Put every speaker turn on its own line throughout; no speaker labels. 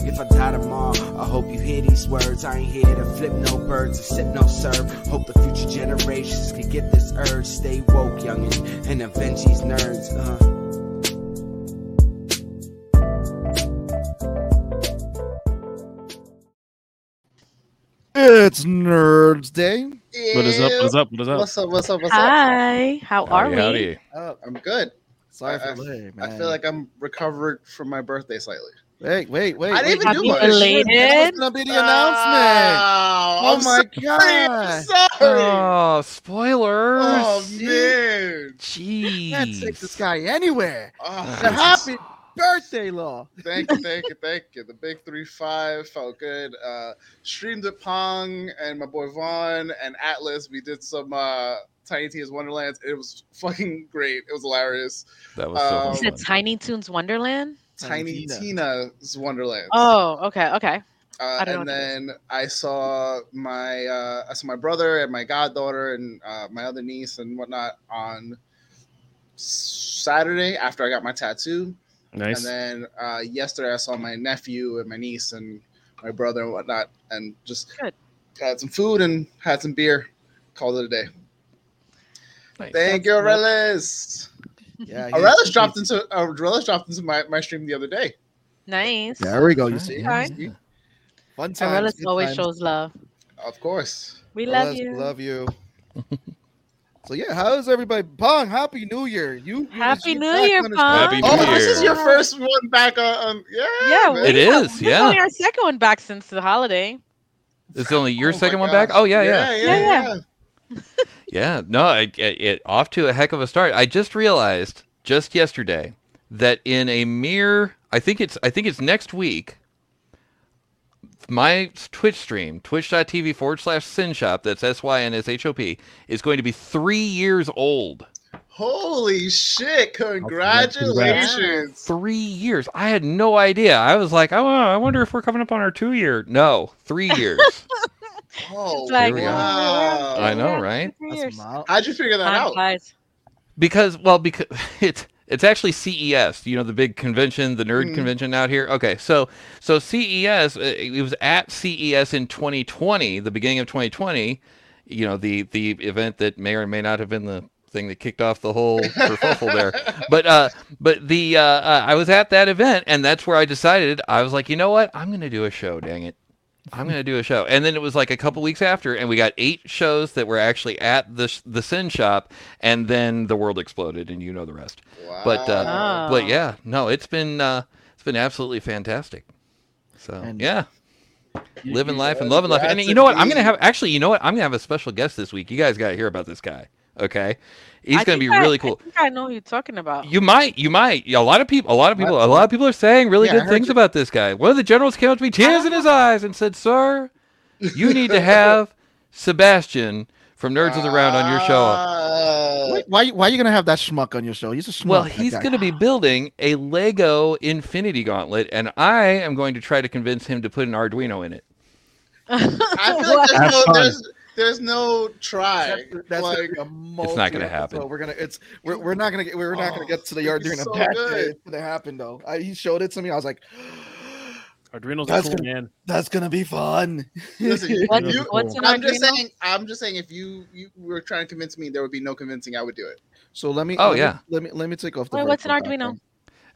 If I die tomorrow, I hope you hear these words. I ain't here to flip no birds or sip no serve. Hope the future generations can get this urge. Stay woke, youngin', and avenge these nerds. Uh.
It's Nerds Day.
What is up? What is up? What is up?
What's up? What's up? What's up?
Hi, how are
Howdy,
we?
howdy.
Oh,
I'm good.
sorry for
I-
late, man.
I feel like I'm recovered from my birthday slightly.
wait, wait, wait.
I didn't
wait,
even
wait,
do much.
wait,
Belated?
That's gonna be the announcement.
Oh,
Oh,
I'm
my
sorry,
god.
I'm sorry.
Oh, spoilers.
oh man.
Jeez.
Can't take this guy anywhere.
Oh,
So happy birthday, Law.
thank you, thank you, thank you. The big three five felt good. Uh, streamed at Pong and my boy Vaughn and Atlas. We did some uh, Tiny Tina's Wonderlands. It was fucking great. It was hilarious.
That was so
Um,
much
Is
fun.
it Tiny Toons Wonderland?
Tiny
Tiny
Tina.
Tina's Wonderlands.
Oh, okay, okay.
Uh,
I
and
don't know what that
then I saw my uh, I saw my brother and my goddaughter and uh, my other niece and whatnot on Saturday after I got my tattoo.
Nice.
And then uh, yesterday I saw my nephew and my niece and my brother and whatnot, and just
Good.
had some food and had some beer. Called it a day.
Nice.
Thank you, Relish.
Yeah, he's-
Relish dropped into uh, Relish dropped into my, my stream the other day.
Nice.
There we go. You
Alright,
see,
alright.
Yeah. fun times.
Aurelis
good
always
times.
shows love.
Of course.
We
Aurelis,
love you.
we Love you. so yeah, how's everybody? Pong, happy New Year. You you-
Happy
you
New
back
Year,
on
Pong.
the-
Happy New
Oh, this is
Year.
your first one back on. on- yeah.
Yeah,
man.
It
we-
is,
this
yeah.
only our second one back since the holiday.
It's only your
Oh my
second one
gosh.
back. Oh yeah, yeah,
yeah, yeah.
Yeah,
yeah. No, I, it, it off to a heck of a start. I just realized just yesterday that in a mere, I think it's, I think it's next week. My Twitch stream, twitch.tv forward slash sin shop, that's S Y N S H O P, is going to be three years old.
Holy shit! Congratulations.
three years. I had no idea. I was like, oh, I wonder if we're coming up on our two year. No, three years.
Oh
It's like,
Here we go.
wow!
I know,
Yeah,
right?
three
That's
years.
mild.
How'd you figure that
Time
out?
flies.
because well, because it's it's actually CES. You know, the big convention, the nerd
Mhm.
convention out here. Okay, so so CES. uh, It was at CES in 2020, the beginning of 2020. You know, the the event that may or may not have been the thing that kicked off the whole kerfuffle there. but uh but the uh, uh i was at that event and that's where i decided i was like you know what i'm gonna do a show dang it i'm gonna do a show and then it was like a couple weeks after and we got eight shows that were actually at the sh- the sin shop and then the world exploded and you know the rest
Wow.
But,
uh,
but
Oh.
yeah no it's been uh it's been absolutely fantastic so
And-
yeah
You-
living
you
life and
guys
loving life and
got
you know what
to
i'm gonna
be-
have actually you know what i'm gonna have a special guest this week you guys gotta hear about this guy okay he's
I
gonna be
think I-
really cool
I think I know who you're talking about.
you might, you might. A lot of people, a lot of people, a lot of people are saying really
Yeah, I
good
heard
things
you.
about this guy. One of the generals came up to me, tears in his eyes, and said, "Sir, you need to have Sebastian from Nerds of the Round on your show."
Ah.
Wait, why, why are you gonna have that schmuck on your show? He's a schmuck.
Well,
that
he's
guy.
going to be building a Lego Infinity Gauntlet, and I am going to try to convince him to put an Arduino in it.
I feel like
Have
there's no,
fun.
there's, there's no try.
That's, that's
like,
gonna be a
It's not gonna happen.
So we're gonna it's we're, we're not gonna get we're not gonna
Oh,
get to the
it'd
yard
be
during
so
that.
good.
day. It's gonna happen though. I, he showed it to me. I was like,
Arduino's
That's
a cool
gonna-
man.
that's gonna be fun.
Listen, you-
What's,
you-
what's an
I'm just
Arduino?
saying. I'm just saying. If you you were trying to convince me, there would be no convincing. I would do it.
so let me.
Oh,
let me-
yeah.
let me let me take off the.
Wait, what's an
virtual
Arduino?
background.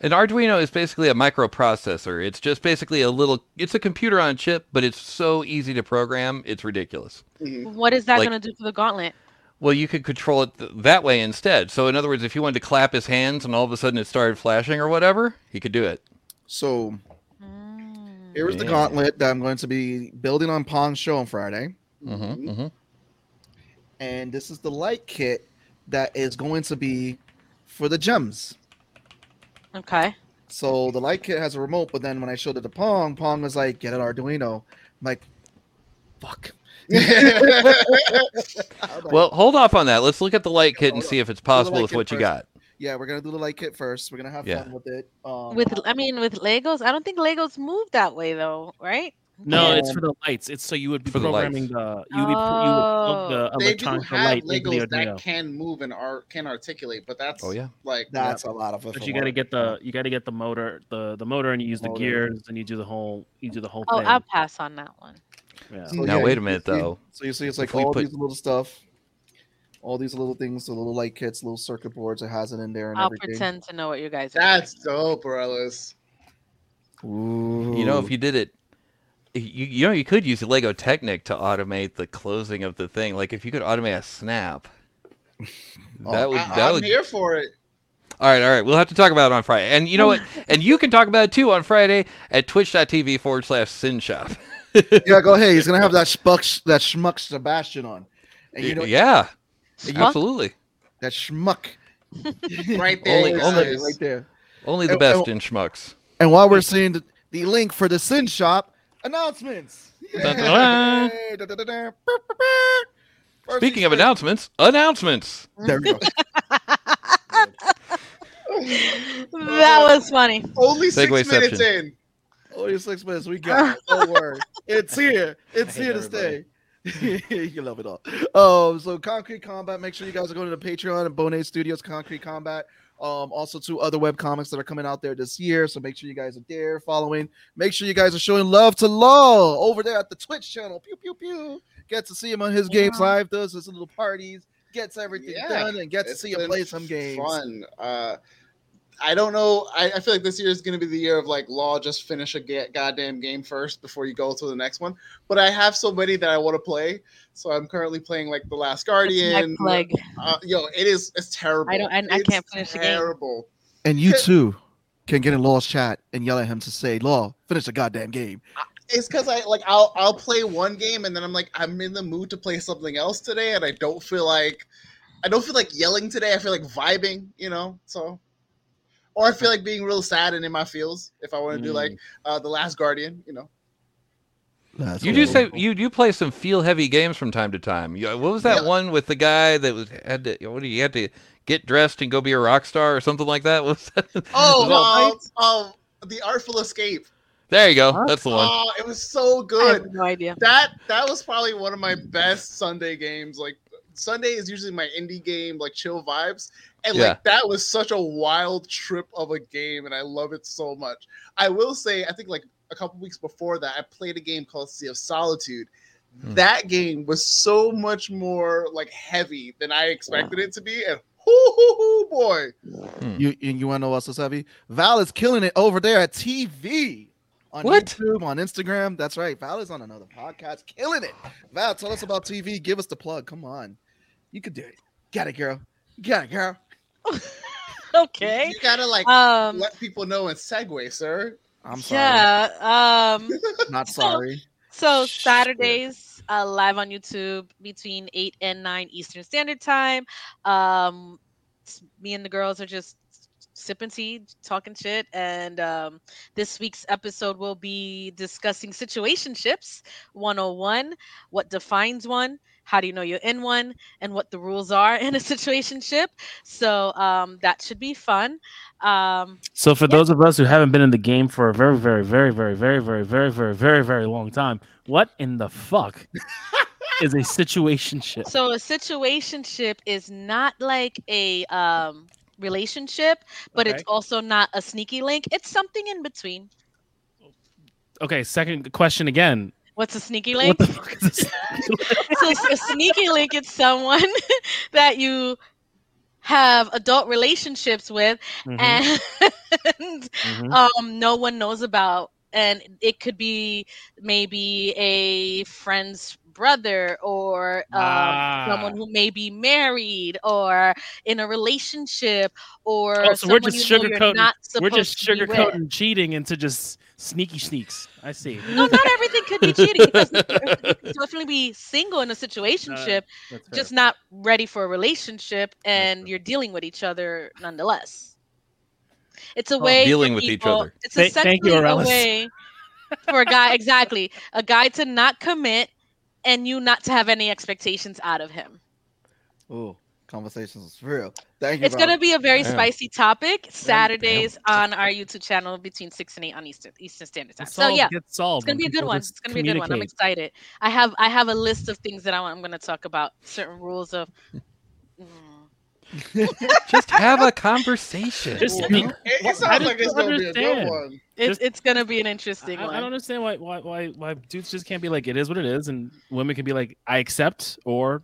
An Arduino is basically a microprocessor. It's just basically a little. It's a computer on chip, but it's so easy to program. It's ridiculous.
Mhm.
What is that
Like-
going to do for the gauntlet?
Well, you could control it th- that way instead. So, in other words, if you wanted to clap his hands and all of a sudden it started flashing or whatever, he could do it.
So
Mm.
here's the
Yeah.
gauntlet that I'm going to be building on Pong's show on Friday,
Mm-hmm, hmm
and this is the light kit that is going to be for the gems.
Mm, Okay.
So the light kit has a remote, but then when I showed it to Pong, Pong was like, "Get an Arduino." I'm like, "Fuck." I'm like,
Well, hold off on that. Let's look at the light kit and
Hold on.
see if it's
light
possible with
kit
what you
first.
got.
Yeah, we're gonna do the light kit first. We're gonna have
Yeah.
fun with it. Um,
With I mean with Legos, I don't think Legos move that way though, right?
No,
Yeah.
it's for the lights. It's so you would be
For the lights.
programming the, you would be, pr- you would plug
Oh.
the
They do
electronic
have
light into the
Legos that
Arduino.
can move and are can articulate, but that's
Oh yeah.
like
That's a lot of.
But you got to get the you got to get the motor the the motor and you use the
Motor.
gears and you do the whole you do the whole
Oh,
thing.
I'll pass on that one.
Yeah.
So,
now
yeah,
wait
you-
a minute
you-
though.
So you see, it's
If
like
we
all
put-
these little stuff, all these little things, the little light kits, little circuit boards. It has it in there and
I'll
everything.
pretend to know what you guys are.
that's dope, Ellis.
You know, if you did it, you, you know, you could use Lego Technic to automate the closing of the thing. Like if you could automate a snap, that
Oh,
would
I,
that
am
would.
here for it.
All right, all right. We'll have to talk about it on Friday. And you know what? and you can talk about it too on Friday at twitch.tv forward slash sin shop.
yeah, go ahead. He's gonna have that schmuck, that schmuck Sebastian on, and you know
yeah,
Fuck.
absolutely.
that schmuck
Right there,
Only- only-
guys.
right there.
Only the
And-
best in schmucks.
And while we're seeing the, the link for the Sin Shop announcements.
Dun-dun-dun.
Yay, dun-dun-dun-dun.
First
Speaking
things
of announcements, announcements.
There we go.
that was funny.
Only six
Segwayception.
minutes in.
Only Oh, six minutes. We got it. Don't worry. It's here. It's
hate
here to
everybody.
stay. you love it all. Um, so Concrete Combat. Make sure you guys are going to the Patreon and Bonet Studios Concrete Combat. Um, also two other web comics that are coming out there this year. So make sure you guys are there following. Make sure you guys are showing love to Law over there at the Twitch channel. Pew pew pew. Get to see him on his games
Yeah.
live, does his little parties, gets everything
Yeah.
done, and gets to
It's
see him
been
play some games.
Fun. Uh, I don't know. I, I feel like this year is going to be the year of like law. Just finish a ga- goddamn game first before you go to the next one. But I have so many that I want to play. So I'm currently playing like The Last
My
Guardian.
plague.
Uh, yo, it is. It's terrible.
I don't- I- I
It's
can't finish the game.
Terrible.
And you too can get in Law's chat and yell at him to say, Law, finish the goddamn game.
It's because I like I'll I'll play one game and then I'm like I'm in the mood to play something else today and I don't feel like I don't feel like yelling today. I feel like vibing, you know. So, or I feel like being real sad and in my feels if I want to do like uh the Last Guardian, you know.
That's
You do say you do play some feel heavy games from time to time. You, what was that
Yeah.
one with the guy that was had to what do you had to get dressed and go be a rock star or something like that? What was that?
Oh,
Well,
um, um, the Artful Escape.
There you go.
Huh?
That's the one.
Oh, it was so
I
good.
have no idea.
that that was probably one of my best Sunday games. Like Sunday is usually my indie game, like chill vibes, and
Yeah.
like that was such a wild trip of a game, and I love it so much. I will say, I think like a couple weeks before that, I played a game called Sea of Solitude.
Hmm.
That game was so much more like heavy than I expected it to be, and hoo hoo hoo boy,
You you, you want to know what's so heavy? Val is killing it over there at TV. On
What?
YouTube, on Instagram. That's right. Val is on another podcast, killing it. Val, tell us about TV. Give us the plug. Come on. You could do it. Got it, girl. Got it, girl.
Okay.
you gotta like
Um.
let people know and segue, sir.
I'm sorry.
Yeah. Um.
Not
So-
sorry.
So
Shit.
Saturdays uh, live on YouTube between eight and nine Eastern Standard Time. Um, s- me and the girls are just sipping tea, talking shit, and um, this week's episode will be discussing situationships 101, what defines one, how do you know you're in one, and what the rules are in a situationship. So um, that should be fun. Um,
So for those of us who haven't been in the game for a very, very, very, very, very, very, very, very, very, very long time, what in the fuck is a situationship?
So a situationship is not like a um relationship, but it's
Okay.
also not a sneaky link. It's something in between.
Okay, second question again.
What's a sneaky
What
link?
the fuck is this?
so s- a sneaky link is someone that you have adult relationships with
Mhm,
and
mhm.
um no one knows about and it could be maybe a friend's brother or um,
Ah.
someone who may be married or in a relationship or
Oh, so we're
someone
just
you know you're
sugarcoating-
not
We're
supposed
just
to be with.
sugarcoating cheating into just sneaky sneaks. I see.
No, not everything could be cheating. Because you could definitely be single in a situationship,
That's fair.
just not ready for a relationship, and
fair.
you're dealing with each other nonetheless. It's a
Oh,
way for
dealing with each
people-
other.
It's
Th-
essentially
thank you,
a
Aralis.
way for a guy exactly a guy to not commit and you not to have any expectations out of him.
Oh, Conversations for real. Thank you.
It's
brother.
gonna be a very
Damn.
spicy topic. Saturdays on our YouTube channel between six and eight on Eastern Eastern Standard Time.
It's
So
all
yeah,
gets solved
it's gonna
when
be a good
people
one.
just
It's gonna be a good one. I'm
communicate.
excited. I have I have a list of things that I want, I'm gonna talk about. Certain rules of. Mm.
Just have a conversation.
Just
you
I mean,
know?
It, it
I
sounds
just
like it's
don't
gonna be a good
understand.
one.
It's
Just-
it's gonna be an interesting
I, I
one.
don't understand why, why why why dudes just can't be like it is what it is, and women can be like I accept or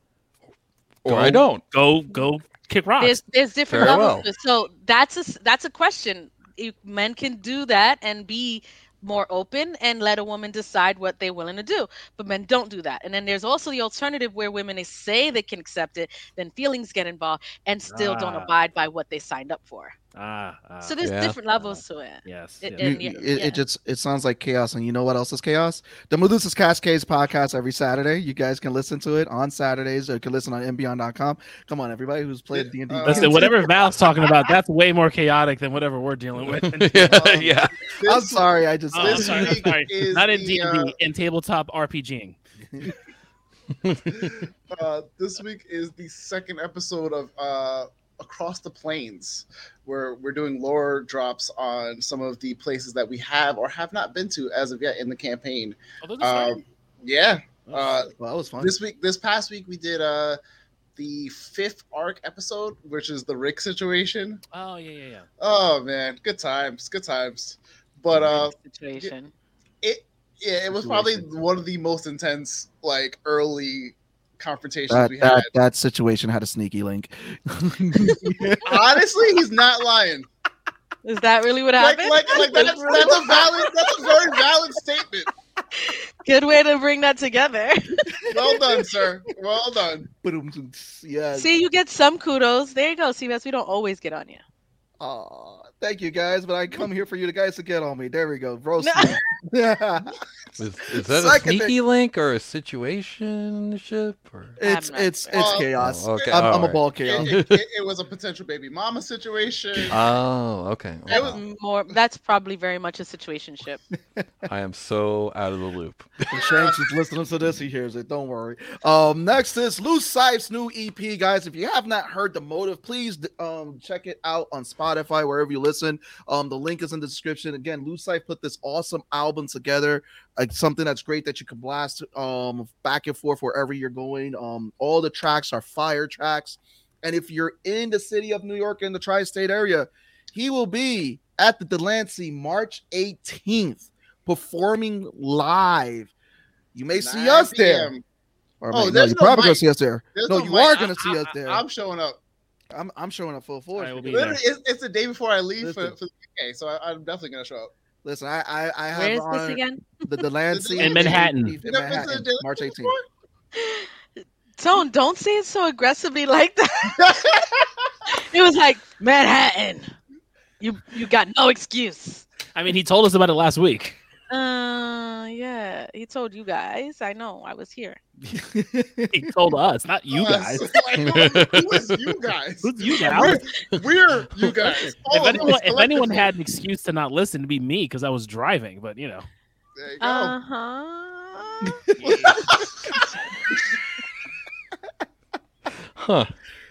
or I don't.
go go kick rocks.
there's there's different
Very
levels. to it. So that's a s- that's a question. You, men can do that and be more open and let a woman decide what they're willing to do. But men don't do that. And then there's also the alternative where women they say they can accept it, then feelings get involved and still don't
Ah.
abide by what they signed up for.
ah, ah,
so there's
yeah.
different levels to it.
yes,
it- it-
yes.
You-
and yeah-
you- it,
yeah.
it just it sounds like chaos and you know what else is chaos the medusa's cascades podcast every saturday you guys can listen to it on saturdays or you can listen on mbeyond.com come on everybody who's played d&d
Uh,
Listen,
games.
whatever Val's talking about, that's way more chaotic than whatever we're dealing with.
yeah, yeah.
This,
i'm sorry i just
Oh, I'm
This
sorry, I'm
week
sorry.
is
Not in
the,
D&D,
uh,
in tabletop RPGing.
uh, this week is the second episode of uh, Across the Plains, where we're doing lore drops on some of the places that we have or have not been to as of yet in the campaign.
Oh, those are
Um, yeah, uh,
well that was fun
this week, this past week, we did uh, the fifth arc episode, which is the Rick situation.
oh yeah, yeah, yeah.
Oh man, good times, good times. But uh,
situation.
it yeah, it was probably
Situation.
one of the most intense like early confrontations
that,
we had.
that, that situation had a sneaky link
Honestly, he's not lying.
Is that really what
Like,
happened?
like, like that's, that's a valid, that's a very valid statement.
Good way to bring that together.
Well done, sir. Well done.
Boom. yeah
See, you get some kudos. There you go. See, that's we don't always get on you.
Aw, thank you guys but i come here for you guys to get on me there we go bro
No.
Is, is that a
Second-
sneaky link or a situationship? Or
it's
not
it's
sure.
it's
Oh,
chaos
Oh, okay.
i'm,
all
I'm a
right.
ball chaos
It, it- it- it was a potential baby mama situation.
Oh, okay.
I
Wow.
Um, More that's probably very much a situationship.
I am so out of the loop.
If Shanks is listening to this, he hears it. Don't worry. Um, next is Loose Sipes' new EP, guys. If you have not heard the motive, please um check it out on Spotify wherever you listen. Um, the link is in the description. Again, Loose Sipe put this awesome album together. Like something that's great that you can blast um back and forth wherever you're going. Um, all the tracks are fire tracks, and if you're in the city of New York in the tri-state area, he will be at the Delancey March 18th performing live. You may see
9
us there.
p.m.
Or
Oh,
may- no,
there's
you're
no
probably gonna
mic.
see us there.
There's
no,
no
you
mic.
are
I-
gonna see
I-
us there.
I'm showing up.
I'm I'm showing up full force.
I will
for you.
be there.
Literally, it's, it's the day before I leave for,
Listen.
for the UK, so I, I'm definitely gonna show up.
Listen, I I, I have
Where is this
honor-
again?
the Delancey
In
Manhattan.
in
You never been to
Manhattan,
the
March 18th.
before?
Tone, don't say it so aggressively like that. it was like Manhattan. You you got no excuse.
I mean, he told us about it last week.
Uh, yeah. He told you guys. I know. I was here.
He told us, not you
Uh,
guys.
so, like, who is you guys?
Who's you
We're,
guys?
we're you guys. All
If
of
anyone,
us
if anyone
collectively.
had an excuse to not listen, it'd be me because I was driving. But you know,
There you go.
Uh huh.
Huh.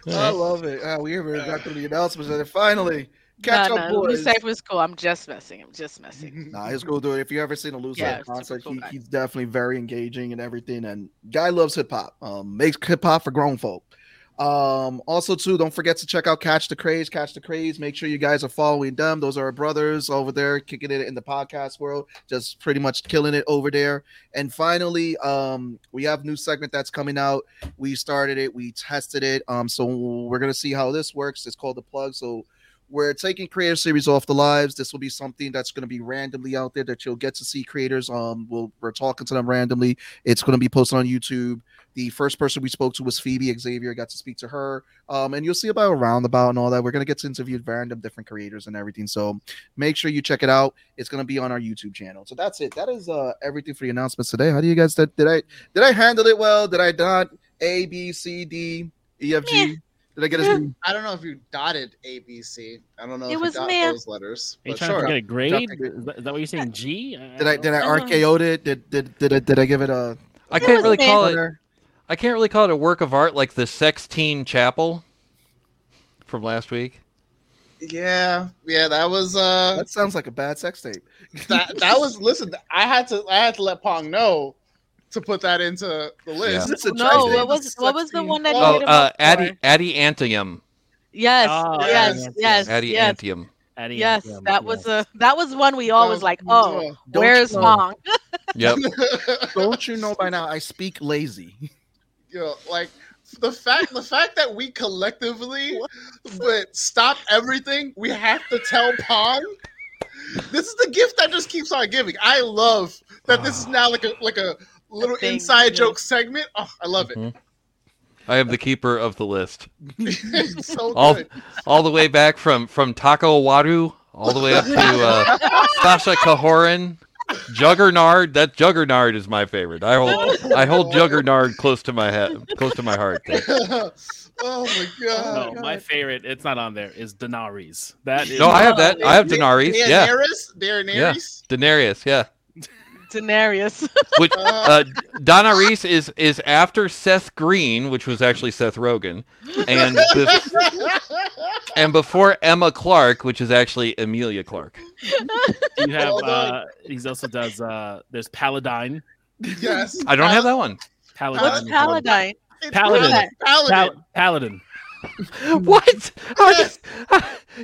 I love it. Ah, we ever got through the announcements and then finally catch up, boys.
Safe was cool. I'm just messing. I'm just messing.
Nah, he's cool dude. If you ever seen a loser
Yeah,
at a
super
concert,
cool
he-
guy.
he's definitely very engaging and everything. And guy loves hip hop. Um, makes hip hop for grown folk. Um, also too, don't forget to check out Catch the Craze. Catch the Craze. Make sure you guys are following them. Those are our brothers over there, kicking it in the podcast world, just pretty much killing it over there. And finally, um, we have new segment that's coming out. We started it. We tested it. Um, so we're gonna see how this works. It's called the plug. So we're taking creator series off the lives. This will be something that's going to be randomly out there that you'll get to see creators. Um, we'll, we're talking to them randomly. It's going to be posted on YouTube. The first person we spoke to was Phoebe Xavier. Got to speak to her. Um, and you'll see about a roundabout and all that. We're going to get to interview random different creators and everything. So make sure you check it out. It's going to be on our YouTube channel. So that's it. That is uh everything for the announcements today. How do you guys did, did I did I handle it well? Did I not? A B C D E F
Meh.
G. Did I get
Meh.
a C?
I don't know if you dotted A B C. I don't know
It
if
was
you dot
meh.
those letters.
are you
but
trying
sure.
to get a grade?
Drop
Is that, is that what you're saying? G? I-
Did I did I
Uh-huh.
RKO'd it? Did did did I, did I give it a
I can't really call it.
Hunter?
I can't really call it a work of art like the Sextine Chapel. from last week?
Yeah, yeah, that was uh
That sounds like a bad sex tape.
that that was listen, I had to I had to let Pong know to put that into the list.
It's a
No,
trash
what
tape.
was what was the one that?
Oh,
Oh,
made him
uh, Ah,
up for?
Addy Addy Antium.
Yes,
Oh,
yes,
Addy
yes,
Addy
yes,
Antium.
At the
yes.
end,
That
yeah.
was a that was one we all was like, oh,
Don't
where's
you know-
Pong?
Yep.
Don't you know by now I speak lazy?
Yo, like the fact the fact that we collectively but stop everything, we have to tell Pong. This is the gift that just keeps on giving. I love that this is
Ah.
now like a like a little
thing,
inside
yeah.
joke segment. Oh, I love it.
Mhm. I am the keeper of the list.
It's so
All-
good.
All the way back from from Taco Waru, all the way up to uh, Sasha Cahorin, Juggernard. That Juggernard is my favorite. I hold I hold Juggernard close to my head, close to my heart.
oh my
No,
Oh, god.
my favorite. It's not on there. Is Denaries. That is
No, I have
Oh,
that. I have Daenerys. Yeah,
Daenerys, Daenerys.
Daenerys. Yeah.
Daenerys.
Which
Uh,
uh, Donna Reese is is after Seth Green, which was actually Seth Rogen, and bef- and before Emma Clark, which is actually Amelia Clark.
you have.
Hold on.
Uh, he's also does. Uh, there's Paladine.
yes.
I don't have that one.
Paladine.
What's
is one.
Paladine?
It's
Paladin.
Paladin. Paladin.
Pal- Paladin.
What? How
Yes.
does-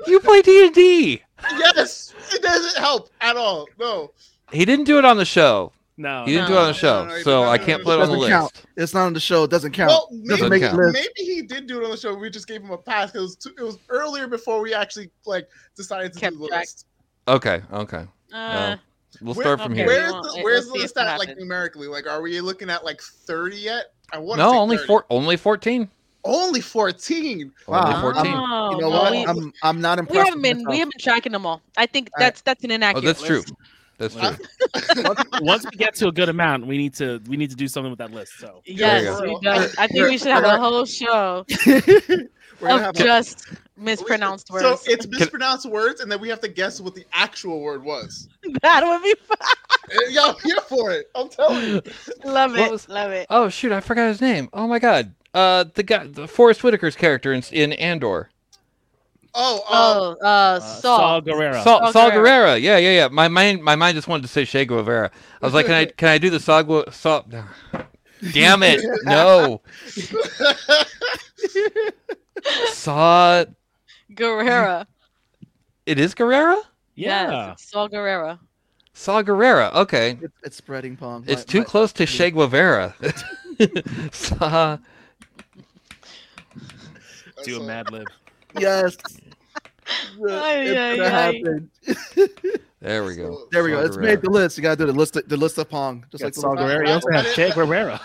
you play D and D?
Yes. It doesn't help at all. No.
He didn't do it on the show.
No.
He didn't
no.
do it on
no,
the show,
no, no, he
so
did
I
not.
can't put it on the
Doesn't
list.
count. It's not on the show. It doesn't count.
Well,
doesn't
maybe,
make
count.
it list.
maybe he did do it on the show. We just gave him a pass. 'cause It was, too, it was earlier before we actually like decided to
Kept
do the
track.
list.
Okay, okay.
Uh,
We'll
Where-
start from
okay.
here.
Where's
we won't.
the,
Let-
where's
let's
the
see if
list
it
at like
happens.
numerically? Like, are we looking at like thirty yet? I want
No, only
four.
four. Only fourteen.
Only fourteen.
Wow.
Only Uh, fourteen.
oh,
you know
well,
what?
We,
I'm I'm not
we
impressed.
haven't
with
been we
myself.
haven't tracking them all. I think
All right.
that's that's an
Oh,
inaccurate.
that's true.
list.
That's
Wow.
true.
Once- Once we get to a good amount, we need to we need to do something with that list. So
Yes,
we
we
go.
do. I think we should have a whole show
We're gonna
of
have
just mispronounced
So
words.
it's mispronounced words, and then we have to guess what the actual word was.
That would be fun.
Eh, Y'all here for it? I'm telling you.
Love
What
it.
was-
Love it.
Oh shoot, I forgot his name. Oh my god. Uh, the guy, the Forrest Whitaker's character in, in Andor,
Oh, oh,
Oh, uh,
uh,
Saul.
Guerrero.
Saul,
Saul
Saul
Guerrero.
Guerrero. Yeah, yeah, yeah. My mind, my mind just wanted to say Che Guevara. I was like, can I, can I do the Saul? Gu- Saul? Damn it, no. Saw
Guerrero.
it is Guerrera.
yeah.
Yes, it's Saul Guerrero.
Saw Guerrera. Okay,
It, it's spreading, Pong.
it's
My-
too
my-
close to Che Guevara. Saw
Do a Mad Lib.
Yes.
Ay,
It's
ay,
gonna
ay.
happen.
There we go.
There we go.
Saw
It's made the
Guerrero.
list. You gotta do the list. The list of Pong, just
Got
like the
Saul
list.
Guerrero. You also have
That
Che
is-
Guerrero.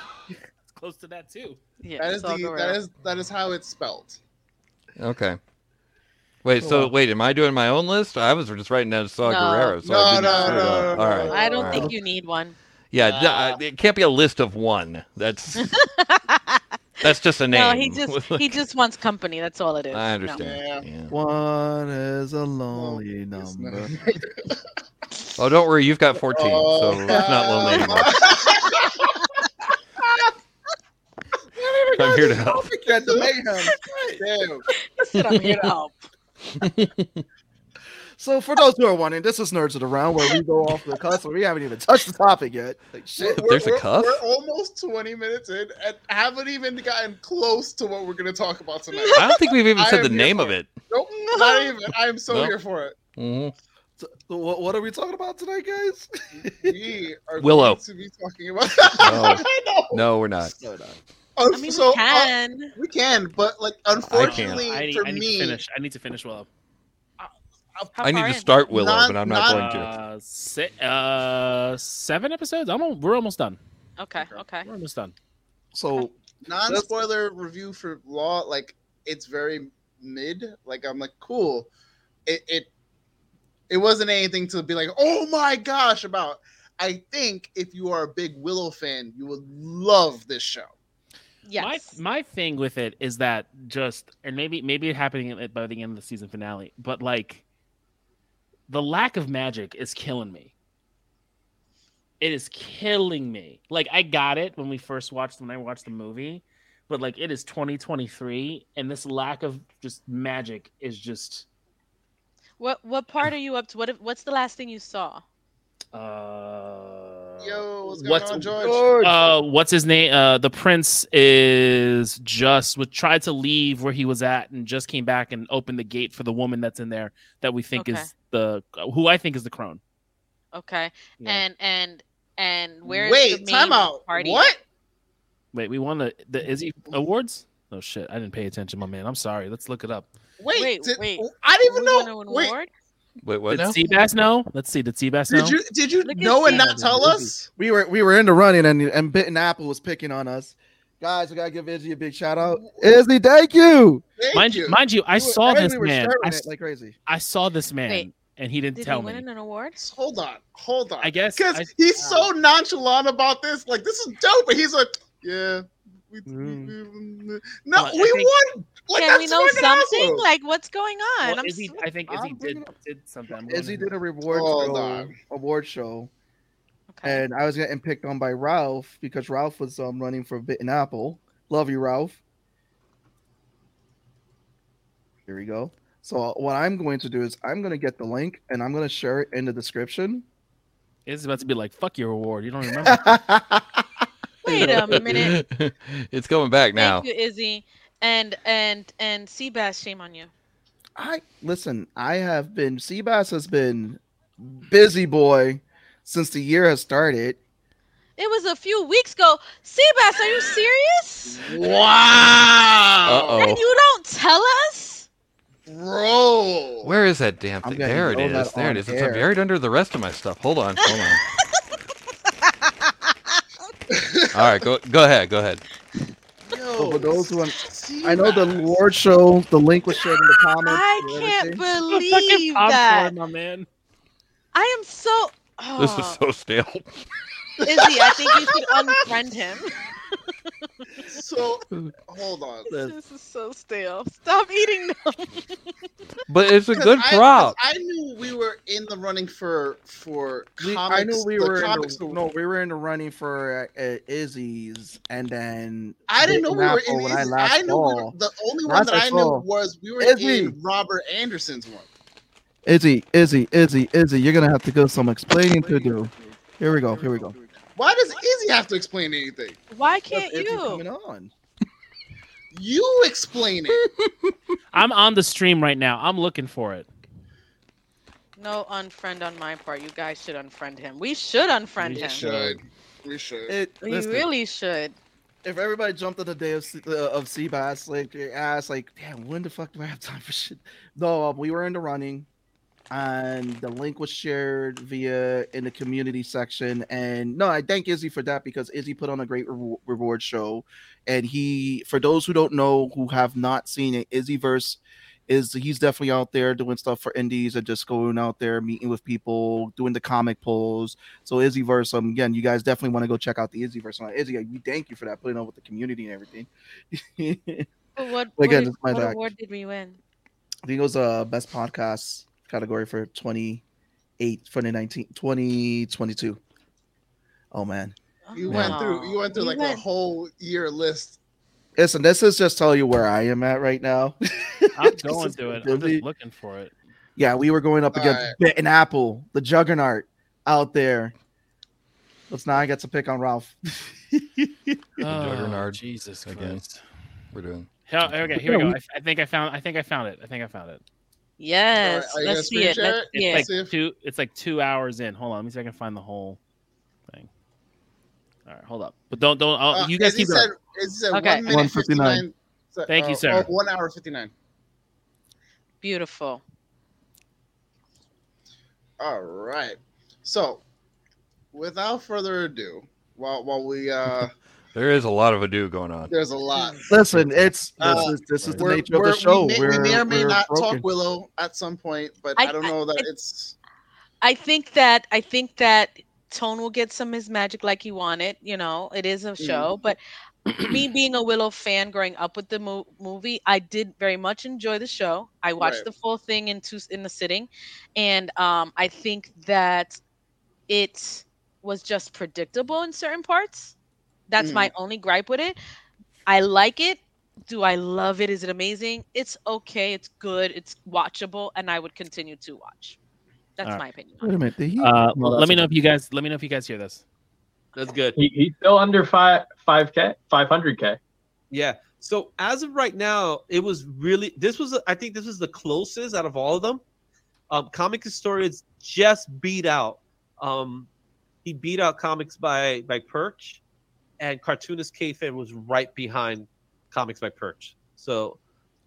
Close to that too.
Yeah,
That is
Saul
the,
Guerrero.
that is that is how it's spelled.
Okay. Wait,
Oh,
so
wow.
wait, am I doing my own list? I was just writing down Saw
No.
Guerrero. So
No,
I didn't
no,
screw it
no,
up.
no,
All
no,
right.
no.
I don't
all
think
right.
you need one.
Yeah, d-
Ah.
uh, it can't be a list of one. That's that's just a name.
no, he just he just wants company. That's all it is.
I
No.
understand. yeah.
One is a lonely number.
Oh, don't worry, you've got 14,
Oh,
so it's not lonely
wow.
anymore. I'm here to help.
Get the mayhem.
Damn.
That's what I'm here to help.
So for those who are wondering, this is Nerds of the Round where we go off the cuss and we haven't even touched the topic yet. Like shit.
There's a
we're,
cuff?
We're almost 20 minutes in and haven't even gotten close to what we're going to talk about tonight.
I don't think we've even
I
said the
am here
name
for
of it.
Nope, not even. I am so
No.
here for it.
Mhm.
So What, what are we talking about tonight, guys?
We are
Willow.
going to be talking about.
No.
I know.
No, we're not.
No, no.
Um,
I mean,
so,
we
uh,
can.
we can, but like, unfortunately
I need,
for
I need
me,
to finish. I need to finish. Well,
How
I need
far
to
in?
start Willow,
Not-
but I'm
not-
not going to.
uh, se- uh, seven episodes. I'm al- we're almost done.
Okay, okay.
We're almost done.
So
non-spoiler review for Law, like, it's very mid. Like, I'm like, cool. It it it wasn't anything to be like, oh my gosh, about. I think if you are a big Willow fan, you will love this show.
Yes.
My my thing with it is that just and maybe maybe it happening at- by the end of the season finale, but like the lack of magic is killing me. It is killing me. Like I got it when we first watched when I watched the movie, but like it is 2023 and this lack of just magic is just
What what part are you up to? What if, what's the last thing you saw?
uh
Yo, what's going
what's-
on, George?
uh what's his name uh the prince is just was tried to leave where he was at and just came back and opened the gate for the woman that's in there that we think
Okay.
is the who i think is the crone
Okay.
Yeah.
And and and where's
Wait,
the main
time out.
party?
What?
wait we won the the izzy awards oh shit i didn't pay attention my man i'm sorry let's look it up
Wait,
Wait,
did-
wait.
I didn't even
We won
know.
an
Wait,
award?
Wait, what
did
now?
seabass know let's see did seabass know
did you did you
Look at
know and
Sam.
not tell us?
We were we were in the running and and Bitten Apple was picking on us. Guys, we gotta give Izzy a big shout out. Izzy, thank you.
Thank
mind you.
you.
mind you
We
i
were-
saw
and
this
we were
man
sharing
I,
it like crazy.
I saw this man
Wait,
and he didn't
Did
tell
he win
me
an award?
hold on, hold on.
i guess
because
I-
he's so nonchalant about this. Like this is dope, but he's like, yeah. We, we-
Mm.
we- no,
Well, I
we
think-
won. Like,
Can we
that's
know
fucking
something?
awesome.
Like what's going on?
well,
I'm
Izzy,
so-
I think Izzy
I'm
did,
bringing up-
did something. I'm
Izzy
wondering-
did a reward
Hold
show,
on.
award show,
okay.
and I was getting picked on by Ralph because Ralph was um, running for Bitten Apple. Love you, Ralph. Here we go. So uh, what I'm going to do is I'm going to get the link and I'm going to share it in the description.
Izzy's about to be like, "Fuck your award. You don't remember."
Wait
Wait a minute.
it's going back now.
Thank you, Izzy. And and and Seabass, shame on you.
I listen. I have been Seabass has been busy boy since the year has started.
It was a few weeks ago. Seabass, are you serious?
Uh
Wow,
And
oh.
you don't tell us?
bro.
Where is that damn
I'm
thing?
gonna
There it
throw that
is. There
on
it is. It's
air.
buried under the rest of my stuff. Hold on. Hold on. All right, go go ahead. Go ahead.
Yo,
for those who are-
see
I know the
that?
Lord show. The link was shared in the comments.
I
and
can't
everything.
believe
popcorn,
that.
my man.
I am so. Oh,
This is so stale.
Izzy, I think you should unfriend him.
So hold on.
this is so stale. Stop eating them.
But it's a
'Cause
good
I- 'cause
prop.
I, knew we were in the running for for
We,
comics.
I knew we
the
were in
comics
the,
award.
no, we were in the running for uh, uh, Izzy's, and then
I didn't know we were in
Apple when
these.
I last
I knew we were,
saw.
the only one
Last
that
I
I
saw.
knew was we were
Izzy.
in Robert Anderson's one.
Izzy, Izzy, Izzy, Izzy. You're gonna have to do some explaining to do. Here we go. Oh, Here we go.
Why does Izzy have to explain anything?
Why can't
Izzy coming
you?
on.
You explain it.
I'm on the stream right now. I'm looking for it.
No unfriend on my part. You guys should unfriend him. We should unfriend
We
him.
should. We should.
It,
We
listen,
really should.
if everybody jumped on the day of C- uh, of Seabass, like your ass, like damn, when the fuck do I have time for shit? No, um, we were in the running, and the link was shared via in the community section. And no, I thank Izzy for that because Izzy put on a great re- reward show, and he, for those who don't know, who have not seen it, Izzy verse. Is he's definitely out there doing stuff for indies and just going out there meeting with people, doing the comic polls, so Izzyverse, um, again, you guys definitely want to go check out the Izzyverse. Uh, Izzy, we thank you for that, putting up with the community and everything. I
But what,
Again,
what,
it's my
what
back.
award did we win?
think it was uh, best podcast category for 28 for the 19 2022. Oh man.
Oh,
you
wow.
went through. You went through
We
like
went-
a whole year list.
Listen, this is just tell you where I am at right now.
I'm
This
going
is
to it. I'm
busy.
just looking for it.
Yeah, we were going up
All
against
right.
Bit and Apple, the juggernaut out there. Let's now I get to pick on Ralph.
Oh,
Oh,
Juggernaut
Jesus
again.
Christ.
We're doing.
Hell, Oh. okay, here we go. I, I think I found. I think I found it. I think I found it.
Yes.
Alright, are you gonna
Let's see it.
screen share
Let's
it?
see
It's
it.
like
See if-
two. It's like two hours in. Hold on. Let me see if I can find the whole thing. All right, hold up. But don't don't.
Oh,
I'll,
Uh,
you guys
Izzy
keep it.
said,
up.
Izzy said
Okay.
one minute
1:59.
fifty-nine. se-
Thank you,
uh,
sir.
oh, one hour fifty-nine.
Beautiful.
All right. So, without further ado, while while we uh,
There is a lot of ado going on.
there's a lot.
Listen, it's this
Uh,
is this is the
We're-
nature of
we're-
the show.
We may,
We're-
we may or may
we're
not
broken.
talk Willow at some point, but I,
I-
don't
I-
know that
I-
it's.
I think that I think that Tone will get some of his magic like he wanted. You know, it is a show, but me being a Willow fan growing up with the mo- movie, I did very much enjoy the show. I watched
Right.
the full thing in two in the sitting, and um, I think that it was just predictable in certain parts. That's my only gripe with it. I like it. Do I love it? Is it amazing? It's okay. It's good. It's watchable, and I would continue to watch. That's
All
my opinion. on
Wait
it.
a minute. Did he?
Uh,
No,
let
that's
me
a
know if
good
you guys. Let me know if you guys hear this.
That's good.
He, he's still under five five k five hundred k.
Yeah. So as of right now, it was really this was I think this is the closest out of all of them. Um, comic historians just beat out. Um, he beat out comics by by Perch, and cartoonist K-Fan was right behind comics by Perch. So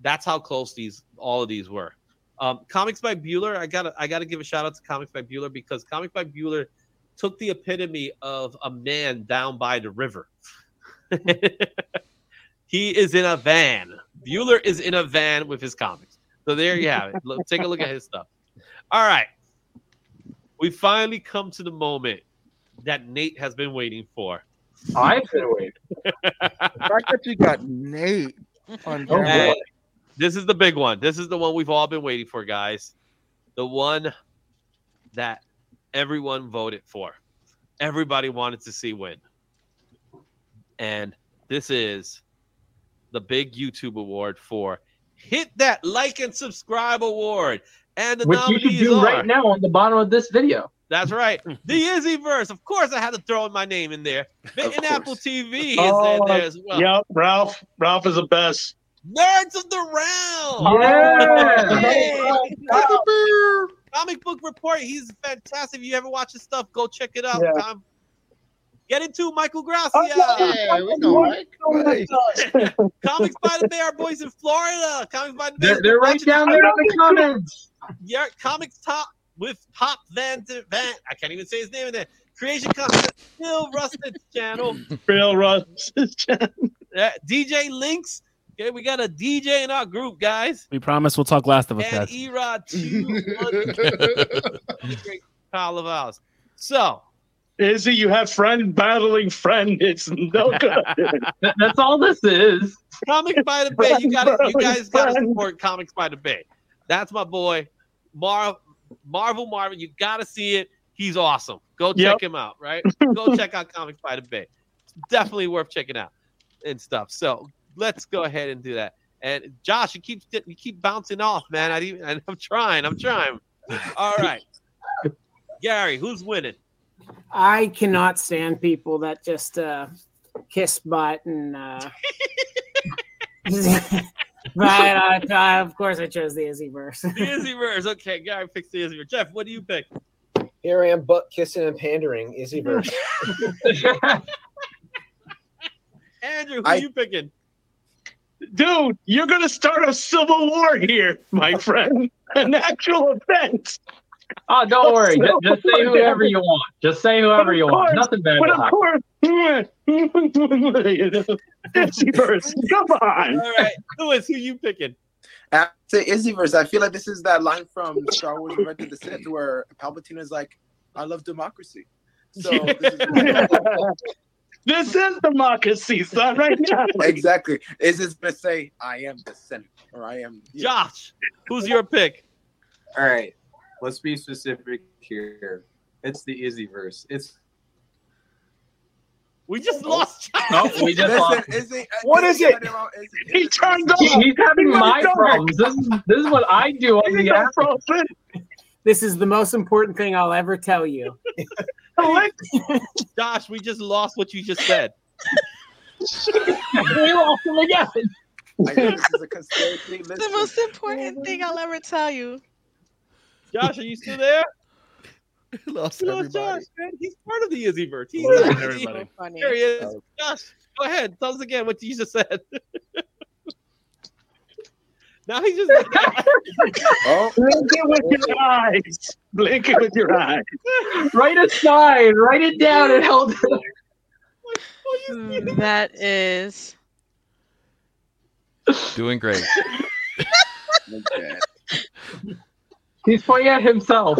that's how close these all of these were. Um, comics by Bueller, I gotta I gotta give a shout out to comics by Bueller because comics by Bueller took the epitome of a man down by the river. He is in a van. Bueller is in a van with his comics. So there you have it. Look, take a look at his stuff. All right. We finally come to the moment that Nate has been waiting for.
I've been waiting.
The fact that you got Nate on
Oh,
camera.
And this is the big one. This is the one we've all been waiting for, guys. The one that everyone voted for. Everybody wanted to see win. And this is the big YouTube award for Hit That Like and Subscribe Award. And the
Which you
nominees
should do
are
right now on the bottom of this video.
That's right. The Izzyverse. Of course, I had to throw in my name in there.
Of
And
course.
Apple TV is
Oh,
in there as well.
Yep, Ralph. Ralph is the best.
Nerds of the Round.
Yeah.
Yay!
Comic Book Report. He's fantastic. If you ever watch his stuff, go check it out.
Yeah.
Tom. Get into Michael Gracia.
Oh, Hey, we know Mike.
Hey,
Comics by the Bay are boys in Florida. Comics by the Bay.
They're, they're right
Watch it.
down there in the comments.
Yeah, Comics Top with Pop Van Van. I can't even say his name in there. Creation Comics. Phil Rustin's channel.
Real Russ.
Yeah, DJ Links. Okay, we got a DJ in our group, guys.
We promise we'll talk Last of Us,
And
guys.
Erod two one great pile of ours. So
Izzy, you have friend battling friend. It's no good.
That- that's all this is.
Comics by the Bay, you got you guys gotta
Friend.
support Comics by the Bay. That's my boy. Mar Marvel Marvin, you gotta see it. He's awesome. Go check
Yep.
him out, right? Go check out Comics by the Bay. It's definitely worth checking out and stuff. So let's go ahead and do that. And Josh, you keep you keep bouncing off, man. I even, and I'm trying, I'm trying. All right. Gary, who's winning?
I cannot stand people that just uh, kiss butt and. Uh... but uh, I- of course, I chose the Izzy verse.
The Izzyverse. Okay, Gary picks the Izzyverse. Jeff, what do you pick?
Here I am, butt kissing and pandering. Izzy verse.
Andrew, who
I-
you picking?
Dude, you're going to start a civil war here, my friend. An actual event.
Oh, don't worry. Ju- Just, say whoever you want. Just say whoever you want. Nothing bad.
But
will
of
happen.
course, Izzy first. Come
All
on.
right, Lewis, who you picking?
After Izzyverse, I feel like this is that line from Star Wars Revenge of the Sith where Palpatine is like, I love democracy. So this is
This is democracy, son, right now.
exactly. Is this gonna say I am the Senate or I am yeah.
Josh, who's your pick?
All right, let's be specific here. It's the Izzyverse. It's
We
Oh.
just lost Josh.
Nope, Oh, we just
Listen,
lost.
Izzy,
What is it? He
He
turned
He-
off.
he's having
What
my
is that?
problems. This is, this is what I do on
Izzy
the
got
app.
frozen.
this is the most important thing I'll ever tell you.
Alexa,
Josh, we just lost what you just said.
We lost him again.
I know this is a conspiracy.
The
Listen,
most important thing I'll ever tell you.
Josh, are you still there?
lost
We
everybody.
lost Josh, man. He's part of the Izzyverse. He's
Lost
not-
everybody.
So funny.
There he is. Josh, go ahead. Tell us again what you just said. now he's just.
oh,
Blink it with your eyes. Blink it with your eyes.
Write a sign. Write it down and hold it. up.
Mm, That is.
Doing great.
He's pointing at himself.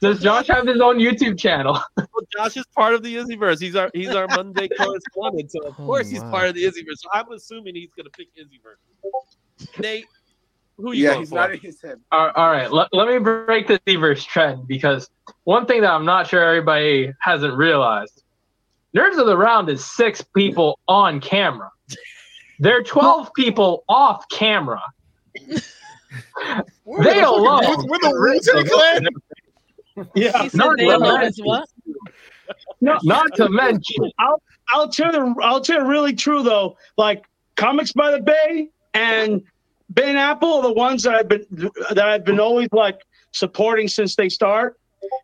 Does Josh have his own YouTube channel?
Well, Josh is part of the Izzyverse. He's our he's our Monday correspondent, so of
Oh,
course he's
wow.
part of the Izzyverse. So I'm assuming he's gonna pick Izzyverse. Nate, who you
yeah,
going
he's
for?
not in his head.
All all right, let, let me break the Seavers trend because one thing that I'm not sure everybody hasn't realized Nerds of the Round is six people on camera.
They're 12 people off camera. they
the
alone.
fucking- we're the Wu-Tang Clan?
Yeah,
He said they alone is what?
No, not to mention. I'll I'll tell you I'll tell you really true though. Like comics by the Bay and Bay and Apple are the ones that I've been that I've been always like supporting since they start.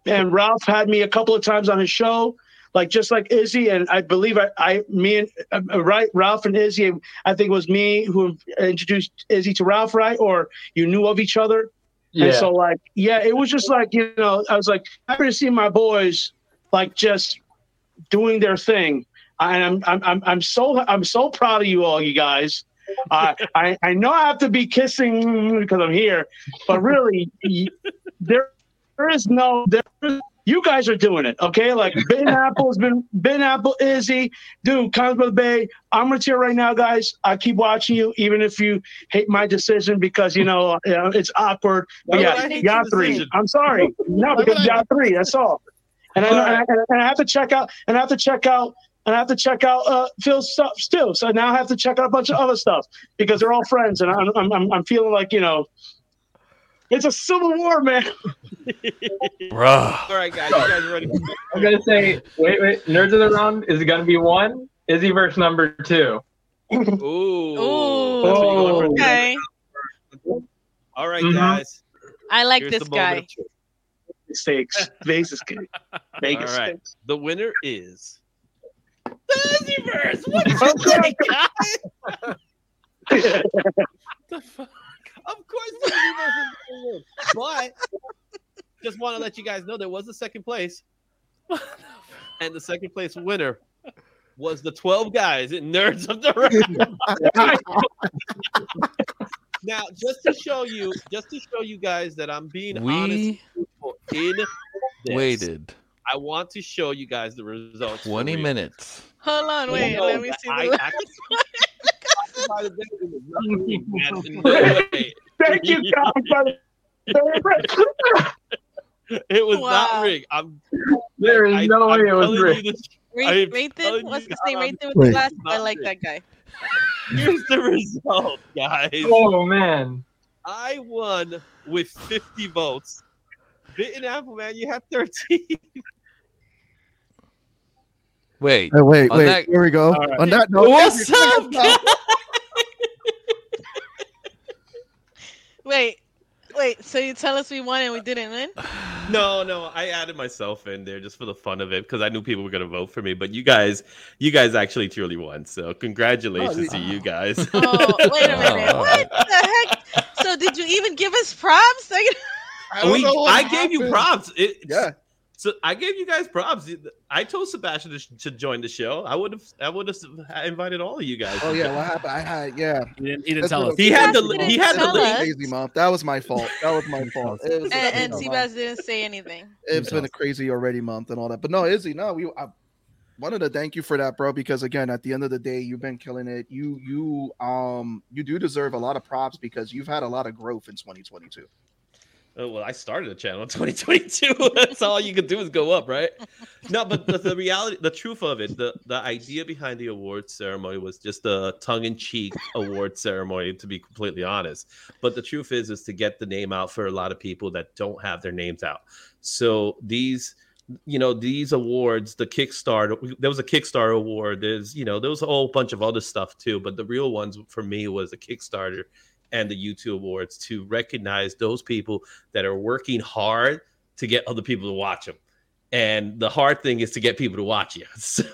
And Ralph had me a couple of times on his show, like just like Izzy and I believe I, I me and uh, right Ralph and Izzy. I think it was me who introduced Izzy to Ralph, right? Or you knew of each other.
Yeah.
And so like, yeah, it was just like, you know, I was like, I've been seeing my boys like just doing their thing. And I'm I'm I'm, I'm so I'm so proud of you all, you guys. Uh, I I know I have to be kissing because I'm here, but really, y- there there is no there. You guys are doing it, okay? Like Ben Apple's been Ben Apple, Izzy, dude, comes by the Bay. I'm gonna cheer right now, guys. I keep watching you, even if you hate my decision because you know, you know, it's awkward.
Why
But
would
yeah,
I hate
y'all
your
three.
decision?
I'm sorry,
Why
no, because
would I-
y'all three. That's all. And I, and, I, and I have to check out. And I have to check out. And I have to check out uh, Phil's stuff too. So now I have to check out a bunch of other stuff because they're all friends, and I'm I'm- I'm, I'm feeling like you know, it's a civil war, man.
Bruh.
All right, guys, you guys ready?
I'm gonna say, wait, wait, Nerds of the Round is gonna be one. Izzyverse number two.
Ooh.
Oh.
Okay.
All right,
Mm-hmm.
Mhm.
guys.
I like
Here's
this
the moment
guy.
of truth.
Mistakes, Vegas game, Vegas.
All right. The winner is. Of course, the universe is gonna win. But just want to let you guys know there was a second place, and the second place winner was the twelve guys at Nerds of the Round. now, just to show you, just to show you guys that I'm being
We-
honest, and truthful in this,
Waited
I want to show you guys the results. for
20
real.
minutes.
Hold on, wait.
No,
Let me
that
see.
I
The...
actually- by the day, it was nothing, man. No way.
Thank you, God, for the-
It was
Wow.
not rigged. I'm
There is
I-
no
I'm
way it was
telling you
rigged.
this-
Ra-
I'm telling
Nathan,
you
what's his
guys,
name? Nathan with the
Wait.
glasses. I like that guy.
Here's the result, guys.
Oh man.
I won with 50 votes. Bitten Apple, man, you had 13.
Wait.
Hey, wait,
on
wait.
that-
Here we go.
All right.
On that note,
What's up?
Wait, wait. So you tell us we won and we didn't win?
No, no, I added myself in there just for the fun of it because I knew people were gonna vote for me. But you guys, you guys actually truly won. So congratulations
Oh,
to you guys.
Oh, wait a minute. What the heck? So did you even give us props? Like,
I, we, I gave you props. It,
yeah.
So I gave you guys props. I told Sebastian to, to join the show. I would have. I would have invited all of you guys.
Oh yeah, what happened? I had yeah.
He didn't, he
That's what it was.
He had the. He had
tell
the.
us.
crazy month. That was my fault. That was my fault. It was
and
a crazy
and
month.
Seabass didn't say anything.
it's been a crazy already month and all that. But no, Izzy, no, we I wanted to thank you for that, bro, because again, at the end of the day, you've been killing it. You you um you do deserve a lot of props because you've had a lot of growth in 2022.
Oh, well, I started a channel in 2022. That's all you could do is go up, right? No, but the, the reality, the truth of it, the, the idea behind the award ceremony was just a tongue in cheek award ceremony, to be completely honest. But the truth is, is to get the name out for a lot of people that don't have their names out. So these, you know, these awards, the Kickstarter, there was a Kickstarter award. There's, you know, there was a whole bunch of other stuff too. But the real ones for me was the Kickstarter and the YouTube awards to recognize those people that are working hard to get other people to watch them. And the hard thing is to get people to watch you. So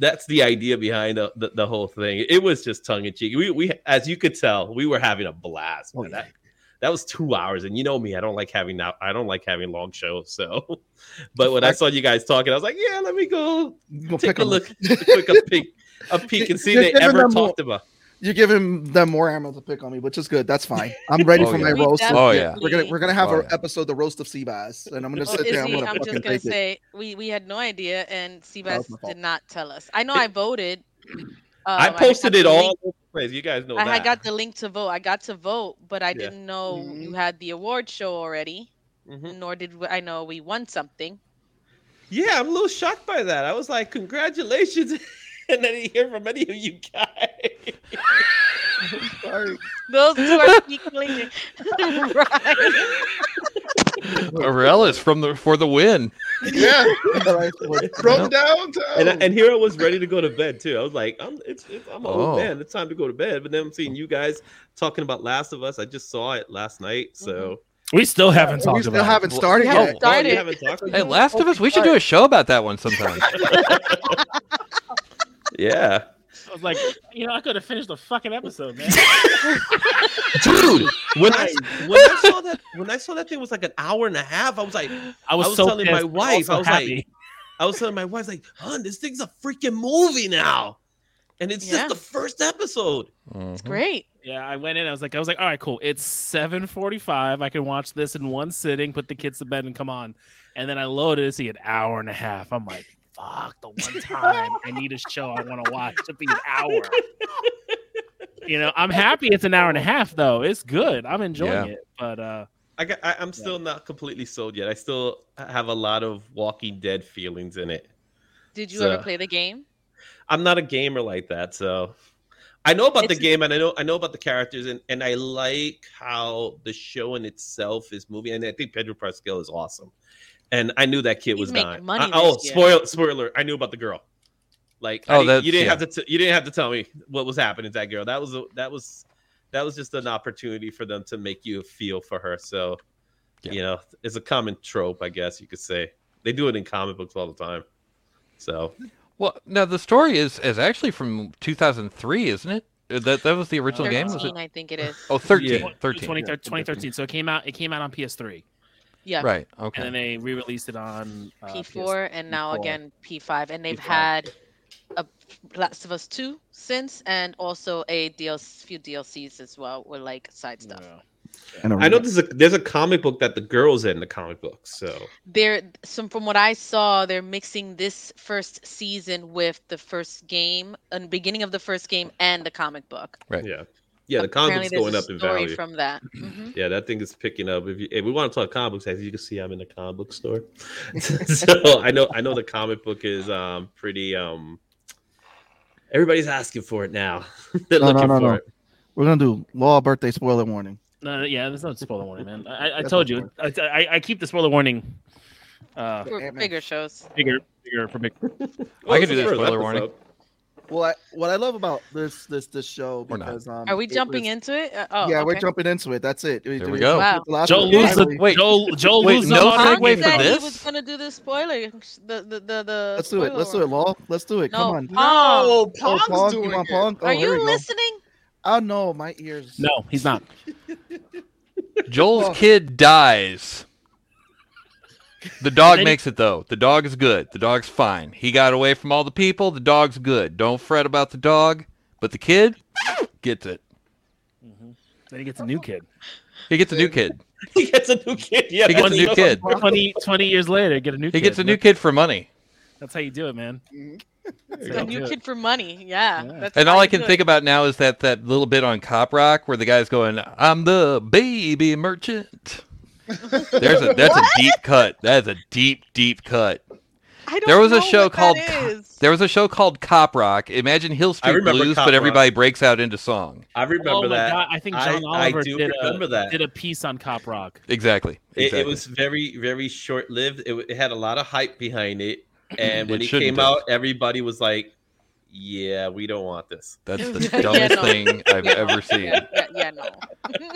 that's the idea behind the, the, the whole thing. It was just tongue in cheek. We, we, as you could tell, we were having a blast. man. That, that was two hours, and you know me, I don't like having now. I don't like having long shows. So, but when I saw you guys talking, I was like, yeah, let me go take a look, quick a peek, a peek, and see
You're
if they
giving
ever
them more-
talked about.
You're giving them more ammo to pick on me, which is good. That's fine. I'm ready
Oh,
for
yeah.
my roast.
We
Oh, yeah.
We're gonna we're gonna have
Oh,
an
yeah.
episode the roast of Seabass, and I'm gonna
Well,
sit there. I'm
Oh, Izzy,
gonna
I'm
fucking
just gonna
take it.
say we, we had no idea, and
That
Seabass
was my fault.
did not tell us. I know I voted. Um,
I
had
posted
got
it
the
all
link-
over the place. You guys know
I
that.
had got the link to vote. I got to vote, but I
Yeah.
didn't know
Mm-hmm.
you had the award show already.
Mm-hmm.
Nor did we, I know we won something.
Yeah, I'm a little shocked by that. I was like, congratulations. and then didn't hear from any of you guys.
Those two are sneakily right.
Aurelis from the for the win.
Yeah. From downtown.
And, I- and here I was ready to go to bed too. I was like, I'm it's, it's I'm an
Oh.
old man. It's time to go to bed. But then I'm seeing you guys talking about Last of Us. I just saw it last night, so
We still haven't
We
talked
still
about.
haven't
it.
started We yet. haven't
oh,
started.
you haven't talked about it? Hey, Last of Us, we should do a show about that one sometime.
yeah.
I was like, you know, I could have finished the fucking episode, man.
dude. When I when I saw that when I saw that thing was like an hour and a half, I was like,
I was so
telling my
pissed, but
wife,
also
I was like,
happy.
I was telling my wife, like, hon, this thing's a freaking movie now, and it's just the first episode.
It's
great.
Yeah, I went in. I was like, I was like, all right, cool. It's seven forty-five. I can watch this in one sitting, put the kids to bed, and come on. And then I loaded it, see an hour and a half. I'm like, fuck, the one time I need a show I want to watch to be an hour. You know, I'm happy it's an hour and a half though. It's good. I'm enjoying
Yeah.
it. But uh
I got, I, I'm still not completely sold yet. I still have a lot of Walking Dead feelings in it.
Did you
So-
ever play the game?
I'm not a gamer like that, so I know about the game and I know I know about the characters and, and I like how the show in itself is moving and I think Pedro Pascal is awesome. And I knew that kid was
making
dying.
money
I- oh,
this year.
spoiler spoiler! I knew about the girl. Like, I
Oh,
didn't-
that's-
you didn't
yeah.
have to t- you didn't have to tell me what was happening to that girl. That was a, that was that was just an opportunity for them to make you feel for her. So, you know, it's a common trope, I guess you could say. They do it in comic books all the time. So
Well, no, the story is is actually from 2003, isn't it? Uh, That that was the original game. Was it?
13, I think it is.
Oh, 13,
Yeah.
13.
2013, 2013. So it came out. It came out on PS3.
Yeah.
Right, okay.
And then they re-released it on uh,
P4 and now
PS4.
again P5, and they've
P5.
had a Last of Us 2 since, and also a DLC, few DLCs as well with like side stuff.
And a
I know there's a there's a comic book that the girls in the comic book. So
They're some from what I saw, they're mixing this first season with the first game, and beginning of the first game, and the comic book.
right,
yeah, yeah. The comic
Apparently, there's
book's going
a
up in
story
value.
from that. Mhm.
Yeah, that thing is picking up. If, you, if we want to talk comic books, as you can see, I'm in the comic book store. so I know I know the comic book is um pretty um. Everybody's asking for it now. They're
No, no,
looking
no,
for
no.
it.
We're gonna do law birthday spoiler warning.
No, no, yeah, there's no spoiler warning, man. I, I
That's
told
no
you. I, I, I keep the spoiler warning. Uh,
For bigger shows.
bigger, bigger for big.
I can do this spoiler warning.
Well, I, what I love about this this this show because um,
Are we
it
jumping
was-
into it? Uh, oh,
yeah, we're
okay. Oh.
jumping into it. That's it.
There we go. Wow.
Last
Joe
one.
loses the-
Finally.
Wait,
Joe- Joe
wait,
loses
no
on all-
segue
He
for
said he
this.
was gonna do the spoiler. The the the, the
Let's do it.
spoiler
Let's do
one.
it, Law. Let's do it. Come
No,
on.
Pong. No,
oh,
Pong's
Pong.
doing
you want
it.
Pong? Oh,
Are
here we
you
go.
listening?
Oh no, my ears.
No, he's not.
Oh.
Joel's kid dies. The dog
then-
makes it though. The dog is good. The dog's fine. He got away from all the people. The dog's good. Don't fret about the dog, but the kid gets it.
Mm-hmm. Then he gets a new kid.
He gets a new kid.
He gets a new kid. Yeah,
He gets a
that's-
new kid.
20, 20 years later, get a new.
He
kid.
gets a new kid for money.
That's how you do it, man. That's how
A
you do
new
it.
kid for money. Yeah. That's
And
how
all I
you
can
do
think
it.
about now is that that little bit on Cop Rock where the guy's going, "I'm the baby merchant." There's a that's a deep cut. That's a deep deep cut.
I don't
There was
know
a show
what
called
that
Co-
is.
There was a show called Cop Rock. Imagine Hill Street
remember
Blues,
Cop
but
Rock.
everybody breaks out into song.
I remember
oh my
that.
God, I think John
I,
Oliver
do
did,
remember
a,
that.
did a piece on Cop Rock.
Exactly.
It,
exactly.
it was very, very short lived. It, w- it had a lot of hype behind it, and when
It
it
shouldn't
came
have.
out, everybody was like, "Yeah, we don't want this."
That's the
Yeah,
dumbest
no.
thing I've
Yeah,
ever
no.
seen.
Yeah, yeah, yeah, no.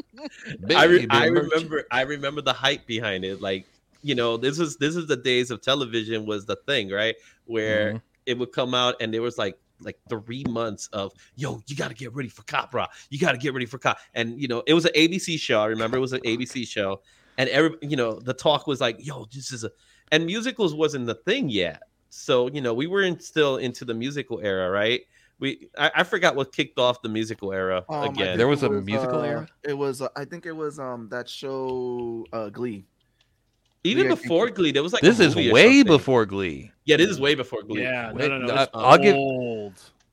I, re-
Baby
I
merchant.
remember, I remember the hype behind it. Like, you know, this is this is the days of television was the thing, right? Where
Mhm.
it would come out, and there was like like three months of yo you got to get ready for cop rock you got to get ready for cop and you know it was an abc show i remember it was an abc show and every you know the talk was like yo this is a and musicals wasn't the thing yet so you know we weren't still into the musical era right we i, I forgot what kicked off the musical era
Um, I
again
think
There was
it
a musical
uh,
era?
It was. Uh, I think it was um that show uh, Glee.
even
Yeah, I think
before glee there was like a
this is
movie or
way
something.
before Glee.
yeah this is way before glee
Yeah,
Wait,
no, no, no.
I-
it's
Uh, I'll give-
old.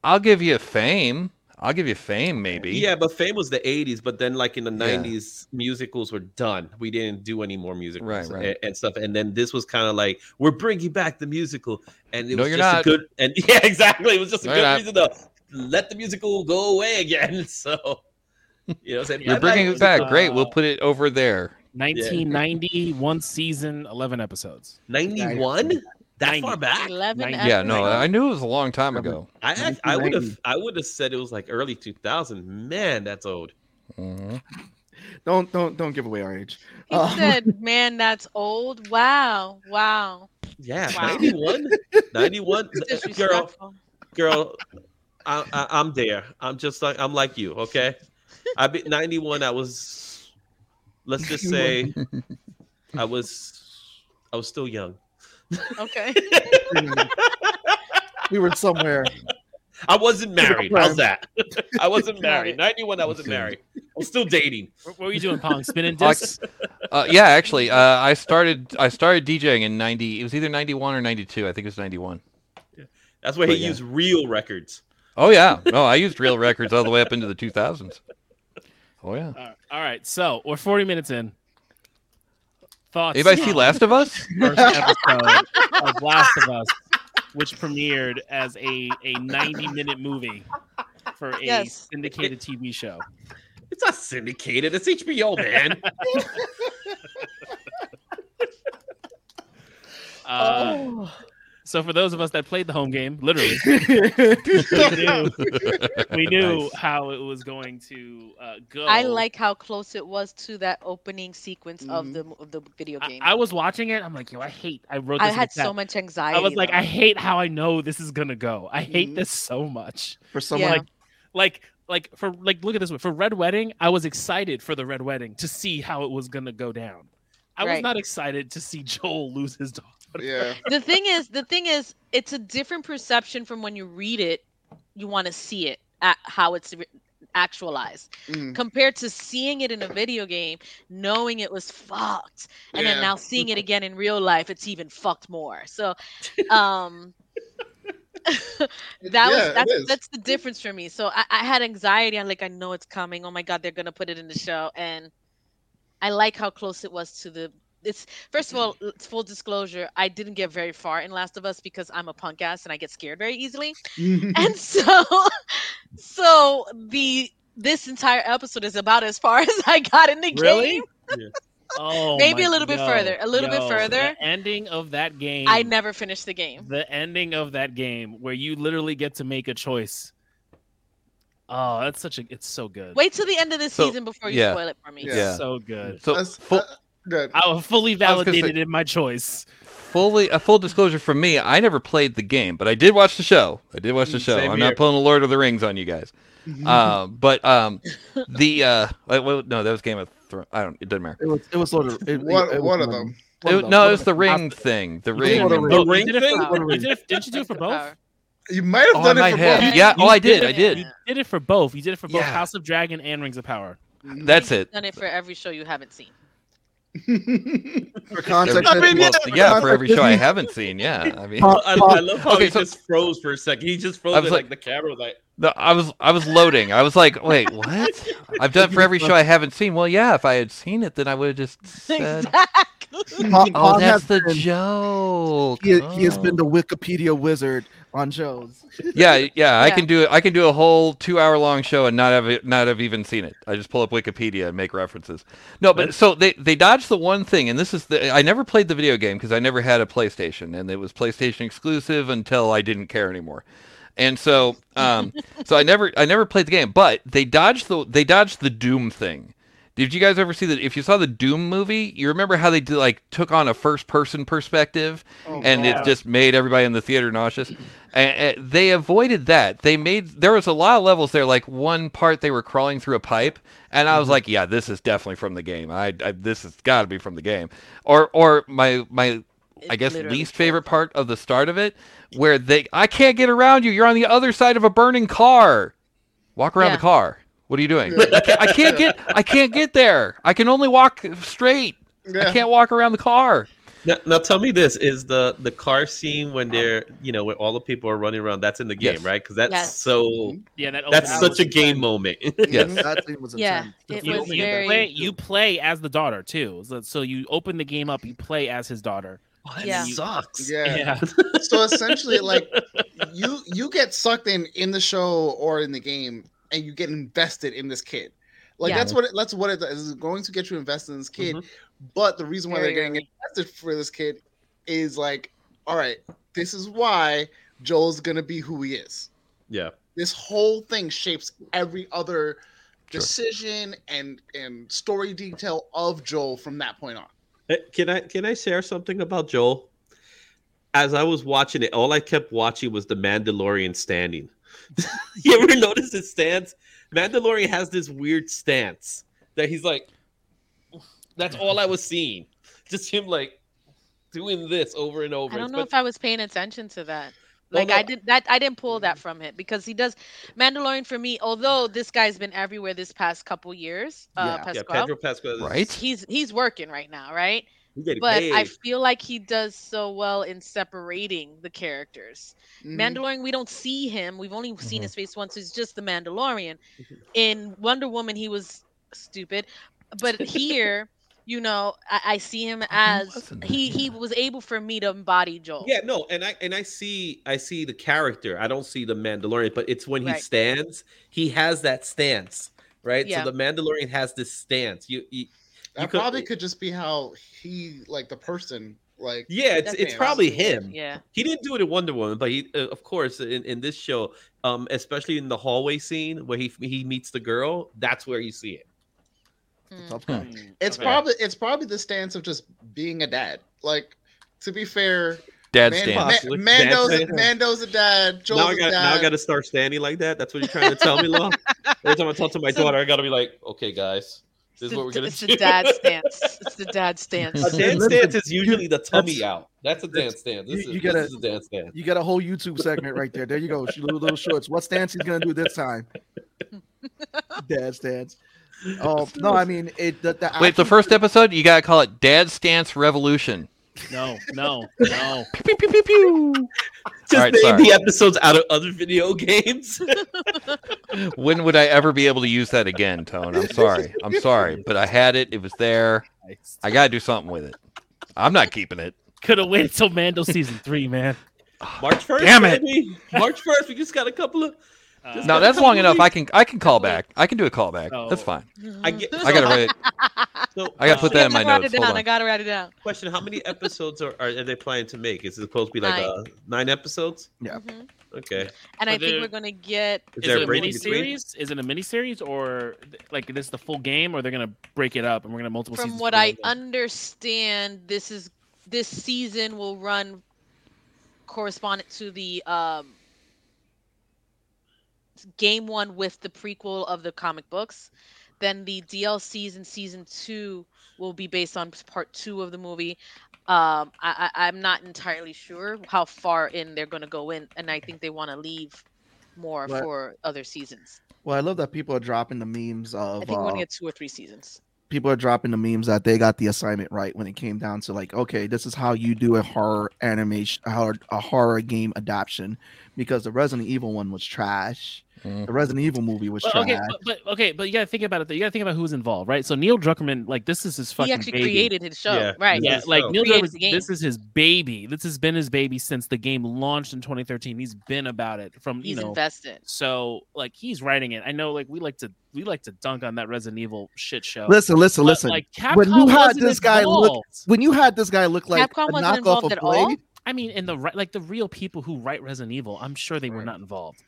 I'll give you Fame. I'll give you Fame, maybe.
yeah but fame was the 80s but then like in the
Yeah.
90s musicals were done we didn't do any more musicals
Right, right.
And, and stuff and then this was kind of like we're bringing back the musical and it
No,
was
you're
just
not.
a good and yeah exactly it was just a
No,
good
you're not.
reason to let the musical go away again. So, you know, what I'm saying?
You're
I'd
bringing
like-
it back.
uh,
Great. We'll put it over there.
1990, one season, 11 episodes.
91? That far back?
11
Yeah, no, I knew it was a long time ago.
I act- I would have I would have said it was like early 2000. Man, that's old.
Mm-hmm.
Don't don't don't give away our age.
He
Oh.
Um,
said, "Man, that's old. Wow, wow."
Yeah,
Wow.
91. 91. girl,
Disrespectful.
girl, I, I, I'm there. I'm just like I'm like you. Okay, I be 91. I was, let's just say, I was, I was still young.
Okay.
we were somewhere.
I wasn't married. How's that? I wasn't married.
it.
91. I wasn't married. I was still dating.
What were you doing, Pong? Spinning
Like-
discs?
Uh, yeah, actually, uh, I started I started DJing in ninety. It was either ninety one or ninety two. I think it was ninety one.
That's where
But
he
yeah.
used real records.
Oh yeah, no, I used real records all the way up into the two thousands. Oh yeah.
All right, all right, so we're 40 minutes in. Thoughts?
Anybody see
on
Last of Us?
First episode of Last of Us, which premiered as a, a 90 minute movie for a
Yes.
syndicated TV show.
It's not syndicated. It's HBO, man.
Uh,
Oh.
So for those of us that played the home game, literally, we knew, we knew
Nice.
how it was going to uh, go.
I like how close it was to that opening sequence of
Mm-hmm.
Mhm.
the of the video game.
I was watching it. I'm like, yo, I hate. I wrote.
I
This in
had
the chat.
so much anxiety,
I was like, I
though.
hate how I know this is gonna go. I hate this so much.
For
someone- Yeah.
like, like, like for like, look at this one. For Red Wedding, I was excited for the Red Wedding to see how it was gonna go down. I was
Right.
not excited to see Joel lose his daughter.
Yeah.
the thing is, the thing is, it's a different perception from when you read it. You want to see it at how it's re- actualized
Mm.
compared to seeing it in a video game, knowing it was fucked, and
Yeah.
then now seeing it again in real life, it's even fucked more. So, um. that
Yeah,
was
it
that's,
is.
that's the difference for me. So I, I had anxiety. I'm like, I know it's coming. Oh my god, they're gonna put it in the show, and I like how close it was to the. It's first of all, l- full disclosure. I didn't get very far in Last of Us because I'm a punk ass and I get scared very easily, and so, so the this entire episode is about as far as I got in the game.
Oh,
Maybe
my-
a little bit
yo,
further, a little bit
yo,
further.
The ending of that game.
I never finished the game.
the ending of that game where you literally get to make a choice. Oh, that's such a it's so good.
Wait till the end of the
So,
season before you
yeah.
spoil it for me.
It's so good.
So
uh,
full,
I was fully validated
say-
in my choice.
fully a full disclosure from me. I never played the game, but I did watch the show. I did watch the show.
Mm, Same
I'm
here.
not pulling the Lord of the Rings on you guys. uh, but um, the uh, wait, wait, no, that was Game of Thrones. I don't. It doesn't matter.
It was it was Lord of it,
One-
it was
one of
Lord
them.
It- no, it's the ring thing. The ring.
Oh, you did it for- you did it- Didn't you do it for both?
You might have
Oh, I
done it
might
for
have.
both.
Yeah, oh, I did, I
it-
did.
You did it for both. You did it for both
Yeah.
House of Dragon and Rings of Power.
That's it.
Done it for every show you haven't seen.
For
Every-
context,
well,
for
yeah, for every
context,
show I
Disney-
haven't seen. Yeah, I mean,
I, I love how he
so-
just froze for a second. He just froze
I
it,
was
like,
like-
the camera was like
No, I was I was loading. I was like, wait, what? I've done it for every show I haven't seen. Well, yeah, if I had seen it, then I would have just said,
Pong-
"Oh,
Pong has
that's the
been-
joke."
He, he has
Oh.
been the Wikipedia wizard on shows.
yeah, yeah, I
Yeah.
can do it. I can do a whole two-hour-long show and not have it- not have even seen it. I just pull up Wikipedia and make references. No, but so they they dodged the one thing, and this is the I never played the video game because I never had a PlayStation, and it was PlayStation exclusive until I didn't care anymore. And so, um, so I never I never played the game, but they dodged the they dodged the Doom thing. Did you guys ever see that? If you saw the Doom movie, you remember how they did, like took on a first-person perspective,
Oh,
and
yeah.
it just made everybody in the theater nauseous. and, and they avoided that. They made there was a lot of levels there. Like one part, they were crawling through a pipe, and I was
Mm-hmm.
like, "Yeah, this is definitely from the game. I, I this has got to be from the game." Or or my my I guess least favorite part of the start of it, where they I can't get around you. You're on the other side of a burning car. Walk around
Yeah.
the car. What are you
Oh,
doing?
Yeah.
I, can't, I can't get I can't get there. I can only walk straight.
Yeah.
I can't walk around the car.
Now, now tell me this is the the car scene when they're you know when all the people are running around that's in the game
Yes.
right because that's
Yes.
so
Yeah, that
that's
opens
such a
up.
game moment
Mm-hmm. Yes.
That thing was
Yeah,
intense.
it
You,
was
you
very.
play, you play as the daughter too. So, so you open the game up, you play as his daughter.
that
Yeah.
sucks.
Yeah.
Yeah.
so essentially, like you you get sucked in in the show or in the game, and you get invested in this kid. Like
Yeah.
that's what it, that's what it does. It's going to get you invested in this kid. But the reason why
Very
they're getting invested for this kid is like, all right, this is why Joel's gonna be who he is.
Yeah.
This whole thing shapes every other decision and and story detail of Joel from that point on.
Uh, Can I can I share something about Joel? As I was watching it, all I kept watching was the Mandalorian standing. you ever notice his stance? Mandalorian has this weird stance that he's like. That's all I was seeing, just him like doing this over and over.
I don't
It's
know
been-
if I was paying attention to that.
Well,
Like
no, Mm-hmm.
I did that I didn't pull that from him because he does Mandalorian for me, although this guy's been everywhere this past couple years, uh
yeah,
Pascal.
Pedro Pascal, is-
He's he's working right now, right?
He's getting
But I
paid.
feel like he does so well in separating the characters.
Mhm.
Mandalorian, we don't see him. We've only seen his face once. He's just the Mandalorian. In Wonder Woman, he was stupid, but here, you know, I, I see him as he he was able for me to embody Joel.
Yeah, no, and I and I see I see the character. I don't see the Mandalorian, but it's when he
Right.
stands, he has that stance, right?
Yeah.
So the Mandalorian has this stance. You, you,
That
you
probably could just be how he like the person like
yeah, it's, it's
is.
probably him.
Yeah.
he didn't do it in Wonder Woman, but he, uh, of course, in, in this show, um, especially in the hallway scene where he he meets the girl, that's where you see it.
It's
Mm.
Okay.
probably it's probably the stance of just being a dad. Like to be fair,
Dad
Man-
stance.
Ma-
Dad
Mando's
stance.
Mando's a dad. Joel's
now I
a
got
dad.
now I got to start standing like that. That's what you're trying to tell me, Lo. Every time I talk to my
So-
daughter, I got to be like, okay, guys, this is what we're gonna
it's
do.
the dad stance. It's the dad stance.
A dance
Listen,
dance is usually the tummy
that's-
out. That's a dance dance. This,
you
is,
gotta-
this is a dance dance.
You got a whole YouTube segment right there. There you go. She little, little shorts. What stance he's gonna do this time? Dad stance. Oh no, I mean it. The, the
Wait, the first episode you gotta call it Dad Stance Revolution.
No, no, no.
pew, pew, pew, pew.
Just
All right,
name
sorry.
the episodes out of other video games.
When would I ever be able to use that again, Tone? I'm sorry. I'm sorry, but I had it. It was there. I gotta do something with it. I'm not keeping it.
Could have waited till Mando season three, man.
March first,
Damn it.
baby. March first. We just got a couple of.
Uh,
just got
No,
a
that's
couple
long
of
enough. I
weeks.
can I can call back. I can do a callback.
Oh.
That's
So-
fine.
I get.
I gotta write.
So, uh,
I gotta put that in my
Mm-hmm. I gotta write
notes.
it
Hold
down. I
on.
gotta write it down.
Question: How many episodes are, are, are they planning to make? Is it supposed to be like
Nine.
nine, uh, nine episodes?
Yeah.
Okay.
And Mm-hmm. I
But
think
there-
we're gonna get
Is
Is,
there
it
a
a
break in
mini
between?
series? Is it a mini series or like this is the full game or they're gonna break it up and we're gonna have multiple
from
seasons?
what
for
I
one game?
understand, this is this season will run correspondent to the um game one with the prequel of the comic books. Then the DLCs in season two will be based on part two of the movie. Um, I, I, I'm not entirely sure how far in they're going to go in, and I think they want to leave more
Right.
for other seasons.
Well, I love that people are dropping the memes
I
Oh,
of.
think we want
uh,
to get two or three seasons.
people are dropping the memes that they got the assignment right when it came down to like okay this is how you do a horror animation a horror, a horror game adaptation because the resident evil one was trash
Mm-hmm.
the resident evil movie was
Well,
trash
okay, but, but okay, but you gotta think about it. Though. You gotta think about who's involved, right? So Neil Druckmann, like this is his fucking.
actually
baby.
created his show, Yeah, right. this
Yeah,
is his
like
show.
Neil
Created
Druckmann.
the game.
This is his baby. This has been his baby since the game launched in 2013. He's been about it from
He's
you know.
invested.
So like he's writing it. I know, like we like to we like to dunk on that Resident Evil shit show.
listen listen
but,
listen
Like
when you
Capcom
had
wasn't
this guy look
involved.
when you had this guy look like
Capcom
a knockoff
wasn't involved
of
at all.
blade
I mean, in the ri- like the real people who write Resident Evil, I'm sure they were not involved.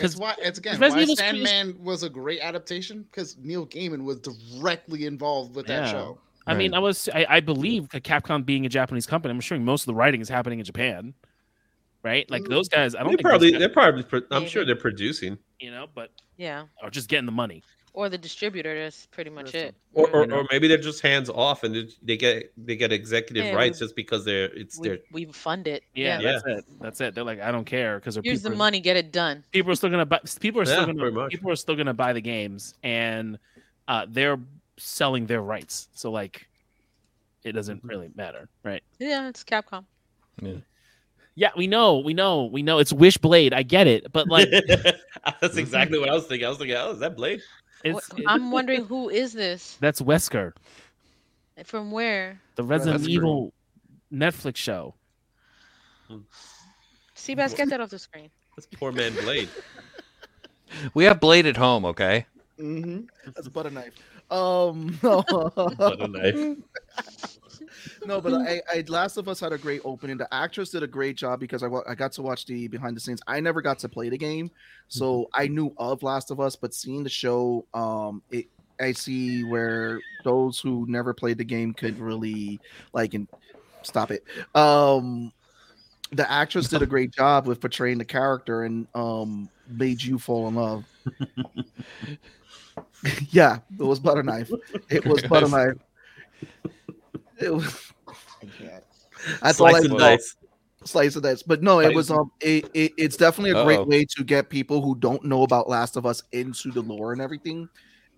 It's why it's again
Resident
why
Evil's cre-
Sandman was a great adaptation because Neil Gaiman was directly involved with that
Yeah.
show.
I mean, I was I, I believe that Capcom being a Japanese company, I'm assuming most of the writing is happening in Japan, right?
Mm-hmm.
Like those guys, I don't
They
think those
probably.
guys-
They're probably. pro- I'm sure they're producing.
you know, but
Yeah.
are just getting the money,
Or the distributor. That's pretty much it.
Or, or, or maybe they're just hands off and they- they get they get executive
Yeah,
rights
we-
just because they're it's
we,
their
we fund it. Yeah.
Yeah,
Yeah.
that's it. That's it. They're like, I don't care because
Here's
people,
the money. Get it done.
people are still gonna buy. People are still
Yeah, pretty
gonna
much.
people are still gonna buy the games, and uh, they're selling their rights. So like, it doesn't
Mm-hmm.
really matter, right?
Yeah, it's Capcom.
Yeah, we know, we know, we know. It's Wishblade. I get it, but like,
That's exactly what I was thinking. I was thinking, oh, is that Blade?
it's,
Wh- I'm wondering who is this
that's Wesker,
from where?
the Resident
Wesker.
Evil Netflix show.
Seabass, get that off the screen.
Poor man Blade.
We have Blade at home, okay?
hmm That's butter knife. Um, no. butter
knife.
no, but I, I, Last of Us had a great opening. The actress did a great job because I, wa- I got to watch the behind the scenes. I never got to play the game, so I knew of Last of Us, but seeing the show, um, it I see where those who never played the game could really like and stop it. Um, the actress did a great job with portraying the character and um made you fall in love. yeah, it was butter knife. It was butter knife. It was. I can't. That's all
Slice
I
and
know.
dice.
Slice of dice, but no, it
Slice.
was um, it, it it's definitely a great
Uh-oh.
way to get people who don't know about Last of Us into the lore and everything.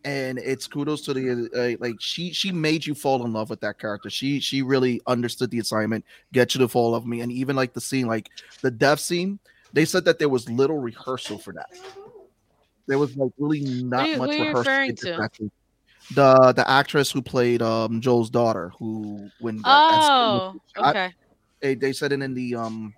And it's kudos to the uh, like she she made you fall in love with that character. She she really understood the assignment, get you to fall in love with me, and even like the scene, like the death scene. They said that there was little rehearsal for that. There was like really not
you-
much
what are you
rehearsal.
referring
for
to?
that scene. The the actress who played um Joel's daughter, who when that- that scene was
Oh,
shot,
okay.
they, they said it in the um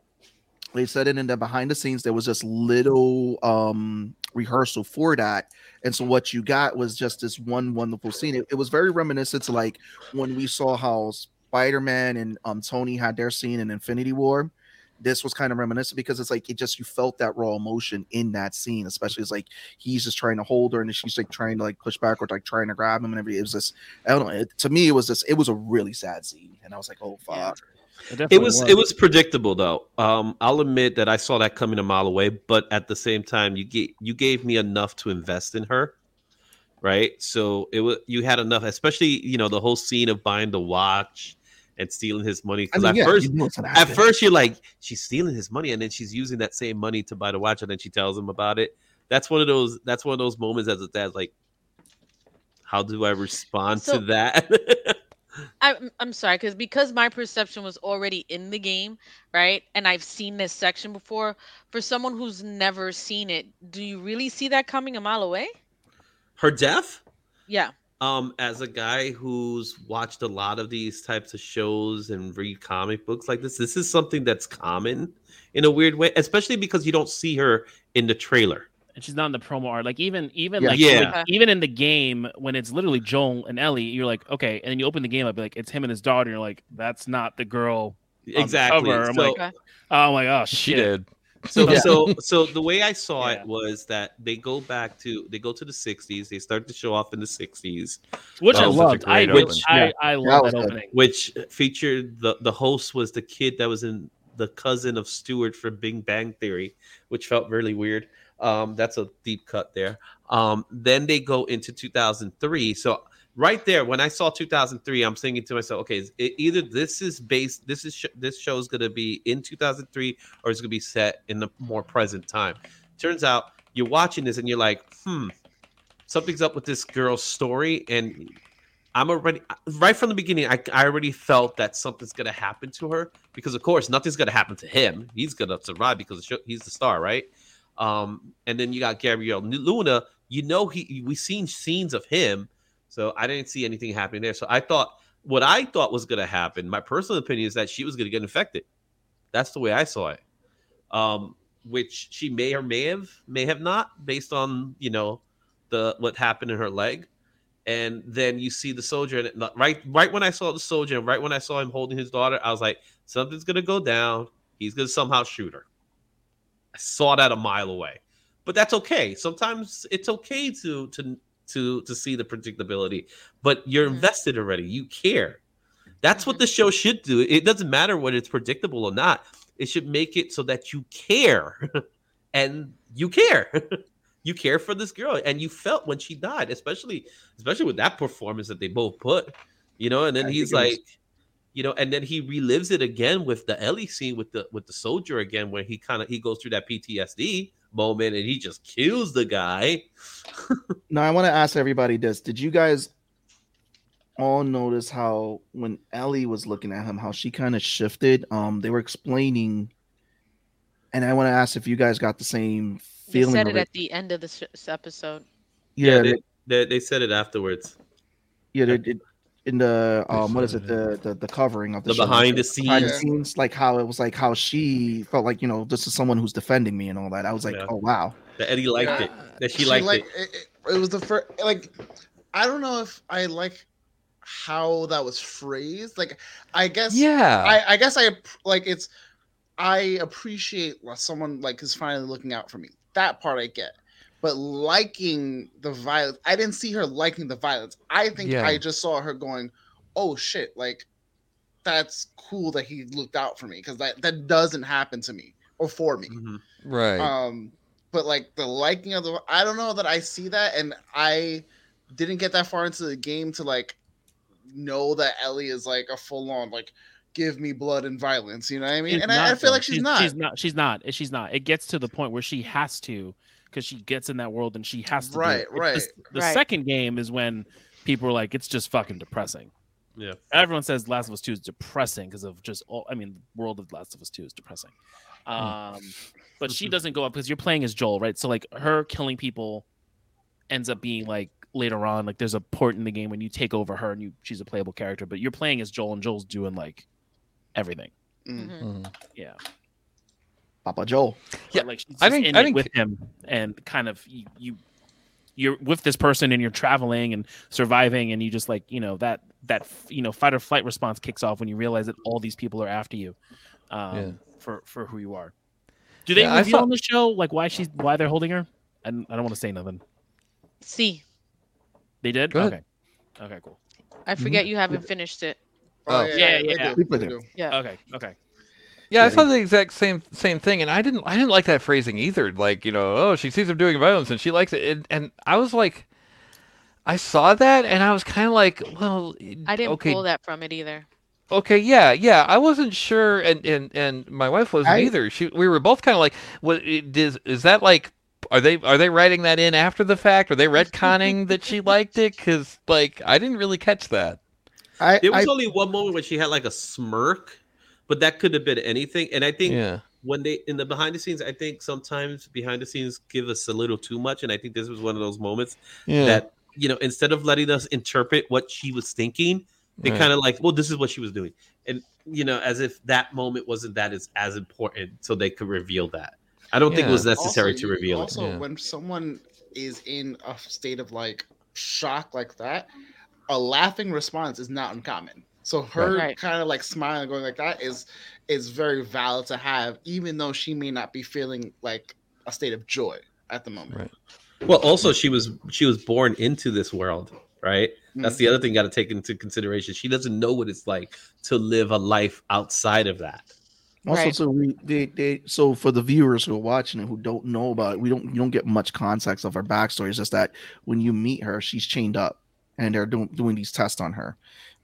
they said it in the behind the scenes there was just little um rehearsal for that and so what you got was just this one wonderful scene it, it was very reminiscent to like when we saw how spider-man and um tony had their scene in infinity war this was kind of reminiscent because it's like it just you felt that raw emotion in that scene especially it's like he's just trying to hold her and she's like trying to like push back or like trying to grab him and everything it was just i don't know it, to me it was just it was a really sad scene and i was like oh fuck
It was it was predictable though. Um, I'll admit that I saw that coming a mile away, but at the same time, you gave you gave me enough to invest in her, right? So it was you had enough, especially you know the whole scene of buying the watch and stealing his money. Because
I mean,
at
yeah,
first,
you knew it's gonna
at
happen.
first you're like she's stealing his money, and then she's using that same money to buy the watch, and then she tells him about it. That's one of those. That's one of those moments as a dad, like, how do I respond
So-
to that?
I'm I'm sorry because because my perception was already in the game, right? And I've seen this section before. For someone who's never seen it, do you really see that coming a mile away?
her death.
Yeah.
um as a guy who's watched a lot of these types of shows and read comic books like this this is something that's common in a weird way especially because you don't see her in the trailer
and she's not in the promo art. Like even even
Yeah.
like,
Yeah.
like, even in the game when it's literally Joel and Ellie, you're like okay, and then you open the game up like it's him and his daughter. You're like that's not the girl on the
Exactly.
cover. I'm
So-
like
Okay.
oh my gosh,
She
shit.
did. so so so the way i saw it was that they go back to they go to the 60s they start to show off in the 60s
Which I
Um, such a
loved. I-
great
which
opening.
I- Yeah. I love That that was good. opening.
which featured the the host was the kid that was in the cousin of stewart from big bang theory which felt really weird um that's a deep cut there um then they go into 2003 so right there when i saw 2003 i'm thinking to myself okay is it, either this is based this is sh- this show is going to be in 2003 or it's going to be set in the more present time turns out you're watching this and you're like hmm something's up with this girl's story and i'm already right from the beginning i, I already felt that something's going to happen to her because of course nothing's going to happen to him he's going to survive because the show, he's the star right um and then you got gabriel N- luna you know he we seen scenes of him so i didn't see anything happening there so i thought what i thought was going to happen my personal opinion is that she was going to get infected that's the way i saw it um, which she may or may have may have not based on you know the what happened in her leg and then you see the soldier and it, right right when i saw the soldier and right when i saw him holding his daughter i was like something's gonna go down he's gonna somehow shoot her i saw that a mile away but that's okay sometimes it's okay to to to to see the predictability but you're invested already you care that's what the show should do. It doesn't matter whether it's predictable or not. It should make it so that you care. and you care. you care for this girl. And you felt when she died, especially especially with that performance that they both put. You know, and then
I think
he's
it was-
like, you know, and then he relives it again with the Ellie scene with the with the soldier again, where he kind of he goes through that PTSD moment and he just kills the guy.
Now I want to ask everybody this: Did you guys all notice how when Ellie was looking at him, how she kind of shifted? Um, they were explaining, and I want to ask if you guys got the same
They
feeling.
said
of
it
it.
at the end of this episode.
yeah,
they, they, they said it afterwards.
yeah, they, they, in the um what is it the the, the covering of the,
The
show,
behind the
behind the
scenes.
scenes, like how it was like how she felt like you know this is someone who's defending me and all that. I was like,
Yeah.
oh wow,
That Eddie liked it. That she, liked it.
it. It was the first. Like, I don't know if I like how that was phrased. Like, I guess.
Yeah.
I, I guess I app- like it's. I appreciate when someone like is finally looking out for me. That part I get. But liking the violence, I didn't see her liking the violence. I think
Yeah.
I just saw her going, "Oh shit!" Like, that's cool that he looked out for me because that that doesn't happen to me or for me.
Mm-hmm.
Right.
Um, but like the liking of the, I don't know that I see that, and I didn't get that far into the game to like know that Ellie is like a full on like give me blood and violence. You know what I mean?
She's
and I, I
not,
feel
though.
like she's, not.
She's not. She's not. She's not. It gets to the point where she has to, because she gets in that world and she has to. do it.
Right,
It's the-
right.
The
Right.
second game is when people are like, "It's just fucking depressing."
Yeah.
Everyone says Last of Us Two is depressing because of just all. I mean, the world of Last of Us Two is depressing. Um, but she doesn't go up because you're playing as Joel, right? So like her killing people ends up being like later on like there's a port in the game when you take over her and you she's a playable character but you're playing as joel and joel's doing like everything
Mm-hmm.
Mm.
yeah
Papa Joel.
yeah, like she's I think in I think with him and kind of you, you you're with this person and you're traveling and surviving and you just like you know that that you know fight or flight response kicks off when you realize that all these people are after you um,
Yeah.
for for who you are. Do they
Yeah, I
reveal
thought-
on the show like why she's why they're holding her? I don't, I don't want to say nothing.
See,
They did.
Go ahead.
Okay. Okay. Cool.
I
Mm-hmm.
forget you haven't finished it.
Oh,
yeah, yeah.
We played it.
Yeah.
Okay. Okay.
Yeah, I saw the exact same same thing, and I didn't I didn't like that phrasing either. Like you know, oh, she sees him doing violence and she likes it, and, and I was like, I saw that, and I was kind of like, well,
I didn't
okay,
pull that from it either.
Okay, yeah, yeah. I wasn't sure, and and and my wife wasn't
I-
either. She, we were both kind of like, what is is that like? Are they are they writing that in after the fact? Are they retconning that she liked it? Because like I didn't really catch that.
I,
there was
I-
only one moment when she had like a smirk, but that could have been anything. And I think
Yeah.
when they in the behind the scenes, I think sometimes behind the scenes give us a little too much. And I think this was one of those moments
Yeah.
that you know instead of letting us interpret what she was thinking, they
Right.
kind of like, well, this is what she was doing, and you know, as if that moment wasn't that as as important, so they could reveal that. I don't think it was
Yeah.
necessary
Also,
to
you-
reveal
Also,
it.
when someone is in a state of like shock like that, a laughing response is not uncommon. So her
Right.
kind of like smiling, going like that is is very valid to have, even though she may not be feeling like a state of joy at the moment.
Right.
Well, also she was she was born into this world, right? That's the other thing you got to take into consideration. She doesn't know what it's like to live a life outside of that.
Also,
Right.
so we they, they so for the viewers who are watching and who don't know about it, we don't you don't get much context of her backstory. It's just that when you meet her, she's chained up, and they're doing doing these tests on her,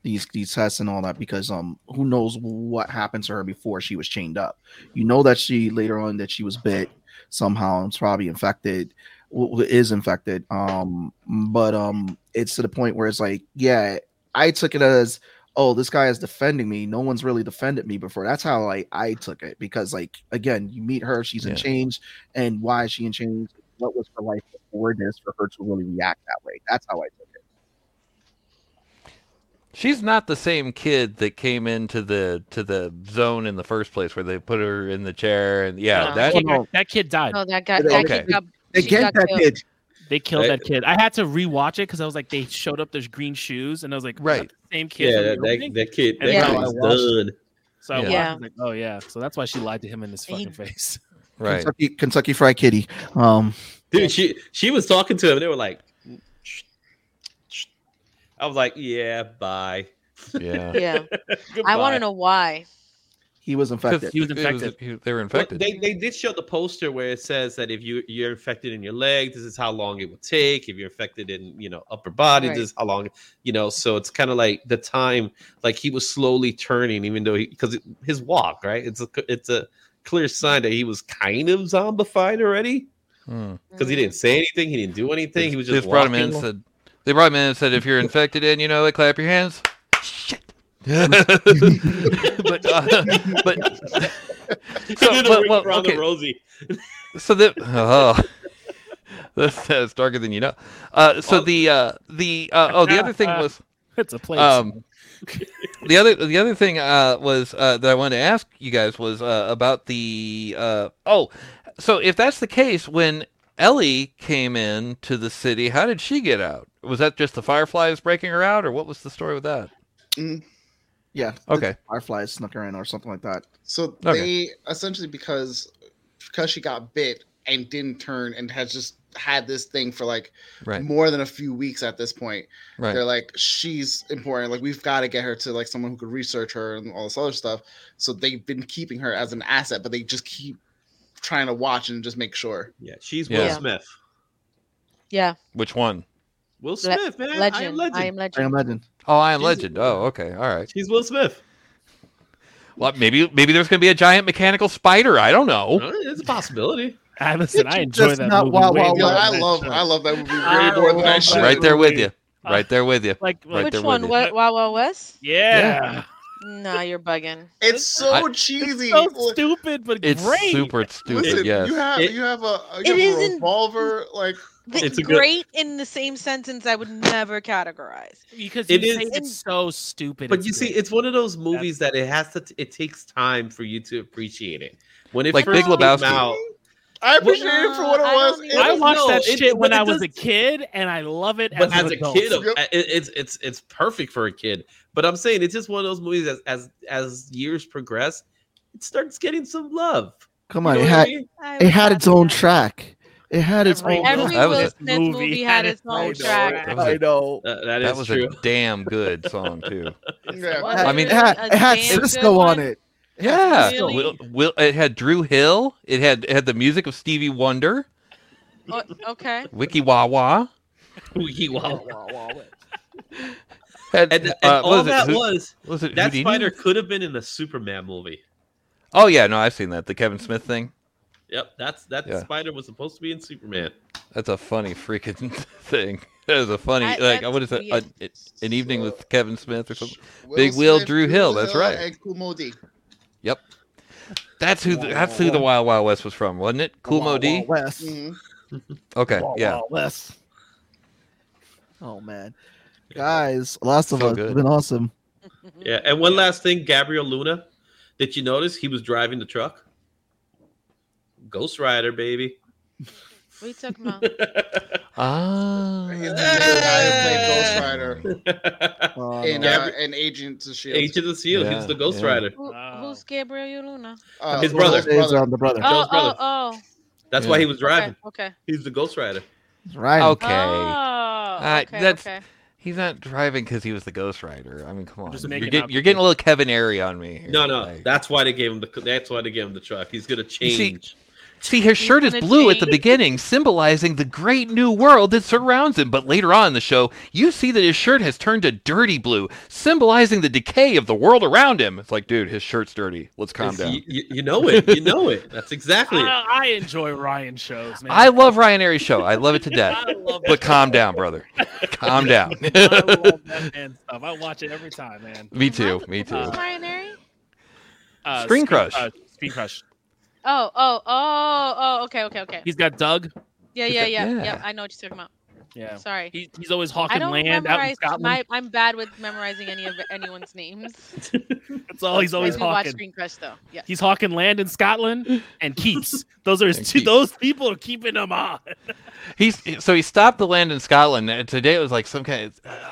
these these tests and all that because um who knows what happened to her before she was chained up. You know that she later on that she was bit somehow and was probably infected, w- w- is infected. Um, but um, it's to the point where it's like yeah, I took it as oh, this guy is defending me. No one's really defended me before. That's how like I took it because like again, you meet her, she's in
Yeah.
change, and why is she in change? What was her life before this for her to really react that way? That's how I took it.
She's not the same kid that came into the to the zone in the first place where they put her in the chair and yeah, that
No, that, kid got- that kid died.
No, Oh, that guy. That
Okay.
kid got,
They
she
ganked
got
that
killed.
kid.
They killed
That-
that kid. I had to rewatch it because I was like, they showed up those green shoes, and I was like, right, the same kid.
Yeah,
from the
that- that-
opening?"
that kid-
And
that
so
kid
I
was
watched-
done.
So I
Yeah.
watched,
Yeah.
I was like, oh yeah. So that's why she lied to him in his fucking face.
Right.
Kentucky, Kentucky Fried Kitty. Um,
Dude, she she was talking to him. And they were like, I was like, yeah, bye.
Yeah.
Yeah. I want to know why.
he was infected.
He was infected.
they were
Well,
infected.
they, they did show the poster where it says that if you you're infected in your leg, this is how long it will take. If you're infected in you know upper body,
Right.
this is how long you know. So it's kind of like the time, like he was slowly turning, even though he because his walk, right? It's a it's a clear sign that he was kind of zombified already
Mm-hmm.
because he
Mm.
didn't say anything, he didn't do anything, he was
Hmm. They
just
just brought him in and
walking.
said they brought him in and said if you're infected and you know it, clap your hands. Shit. but uh, but so
did a
well,
Rick
well,
Brown to
okay.
Rosie.
so the oh, that's, that's darker than you know. Uh, so the uh, the uh, oh the other thing was
It's a place.
Um, the other the other thing uh, was uh, that I wanted to ask you guys was uh, about the uh, oh, so if that's the case, when Ellie came in to the city, how did she get out? Was that just the fireflies breaking her out, or what was the story with that?
Yeah.
Okay.
Fireflies snuck her in or something like that.
So
Okay.
they essentially because because she got bit and didn't turn and has just had this thing for like
Right.
more than a few weeks at this point.
Right.
They're like, she's important. Like we've got to get her to like someone who could research her and all this other stuff. So they've been keeping her as an asset, but they just keep trying to watch and just make sure.
Yeah, she's
Will Yeah.
Smith.
Yeah.
Which one?
Will
Le-
Smith, man. I am
legend.
legend.
I am legend.
Legend.
Oh, I am Legend. Oh, okay, all right.
She's Will Smith.
Well, maybe maybe there's gonna be a giant mechanical spider. I don't know.
It's a possibility.
I listen. I enjoy
That's
that
not
movie.
Wild
way
Wild
more
West.
than
I
that
love
show.
I love that movie way
I
more than I
love
should.
that
Right there with
movie.
you. Right there with you.
Like,
right
Which
there
one?
With you.
What? Wild Wild West?
Yeah.
Nah, you're bugging.
It's so
I-
cheesy.
so
Like,
stupid, but
It's
great.
super stupid.
listen,
yes.
you have
It-
you have a
It
you have a
isn't-
revolver like
The-
It's a good-
great in the same sentence. I would never categorize.
because
It
you
is-
say it's so stupid.
But
it's
you see,
great.
it's one of those movies that it has to. it takes time for you to appreciate it. When it
Like
first
Big
came
Lebowski.
out,
I appreciate it for what it
I
was.
don't
It
even-
I
it's-
was
watched
no,
that
it-
shit when
but it
I was a
does-
kid, and I love it.
but
an
as, a
adult.
kid,
Yep.
it, it's it's it's perfect for a kid. But I'm saying it's just one of those movies as as as years progress, it starts getting some love.
Come
You
on,
know
it
what I
had
mean?
I
it had
would
its own
not-
track. It had its
Every-
own.
Every
That was
Will
a-
Smith
Movie
movie had
had
its
its own
own
track.
track.
That was
I
a-
know.
Uh, that
that
is
was
true.
a damn good song too.
Yeah.
Was
I
it
mean,
really
it had,
a
it had
damn good
Cisco on
one?
it. It had
Yeah.
Cisco.
Really?
Will, Will, it had Drew Hill. It had it had the music of Stevie Wonder,
Oh, okay.
Wiki Wawa.
Wee wow.
Had,
And, and
uh, what
all
is it?
that
Who-
was
was it
that
Houdini?
spider could have been in a Superman movie.
Oh yeah, no, I've seen that. The Kevin Smith thing.
Yep, that's that
Yeah.
spider was supposed to be in Superman.
That's a funny freaking thing. That is a funny
That-
like
that's
what is that?
weird.
A- it- an evening with Kevin Smith or something.
Will
Big Will, Drew Hill, that's right.
And Kumodi.
Yep. That's who. The, that's who the Wild Wild West was from, wasn't it? Cool Mo
Wild
D.
Wild West.
Mm-hmm.
Okay.
Wild
Yeah.
Wild West. Oh man, guys, Last of
So
Us
good.
has been awesome.
Yeah, and one last thing, Gabriel Luna. Did you notice he was driving the truck? Ghost Rider, baby.
What are you talking about?
Ah.
He's the guy who played Ghost
Oh,
Rider in
no.
uh, in Agent of Shield.
Agent of Seal. E He was
Yeah,
the Ghost
yeah.
Rider.
Who,
Wow.
Who's Gabriel Luna?
Uh,
His brother.
Is, um, the brother.
Oh,
brother.
oh, oh.
That's
Yeah.
why he was driving.
Okay, okay.
He's the Ghost Rider.
Right.
Okay.
Oh,
right,
okay,
that's-
okay.
He's not driving because he was the Ghost Rider. I mean, come on.
just
You're,
making
get,
up-
you're getting a little Kevin Airy on me. Here.
No, no,
Like,
that's why they gave him the. That's why they gave him the truck. He's gonna
see-
change.
See, his
He's
shirt is
gonna
blue at the
change.
beginning, symbolizing the great new world that surrounds him. But later on in the show, you see that his shirt has turned to dirty blue, symbolizing the decay of the world around him. It's like, dude, his shirt's dirty. Let's calm
It's-
down.
You, you- you know it. You know it. That's exactly it.
I, I enjoy Ryan shows, man.
I love Ryan Airy's show. I love it to death.
I love
But calm down, brother. Calm down.
I love that man stuff. I watch it every time, man.
me too. Me too.
Who's Ryan Airy?
Uh,
Screen Crush.
Uh, Screen Crush.
Oh, oh, oh, oh. Okay, okay, okay.
He's got Doug.
Yeah, yeah,
got-
yeah, yeah.
yeah.
I know what you're talking about.
Yeah.
Sorry.
He, he's always
I
hawking
don't
land out in
memorize.
Scotland.
My, I'm bad with memorizing any of anyone's names.
That's all he's always
I do watch
hawking.
Screen Crush though. Yeah.
He's hawking land in Scotland and keeps. Those are his
And
two.
keeps.
Those people are keeping him on.
He's so he stopped the land in Scotland. and Today it was like some kind of uh,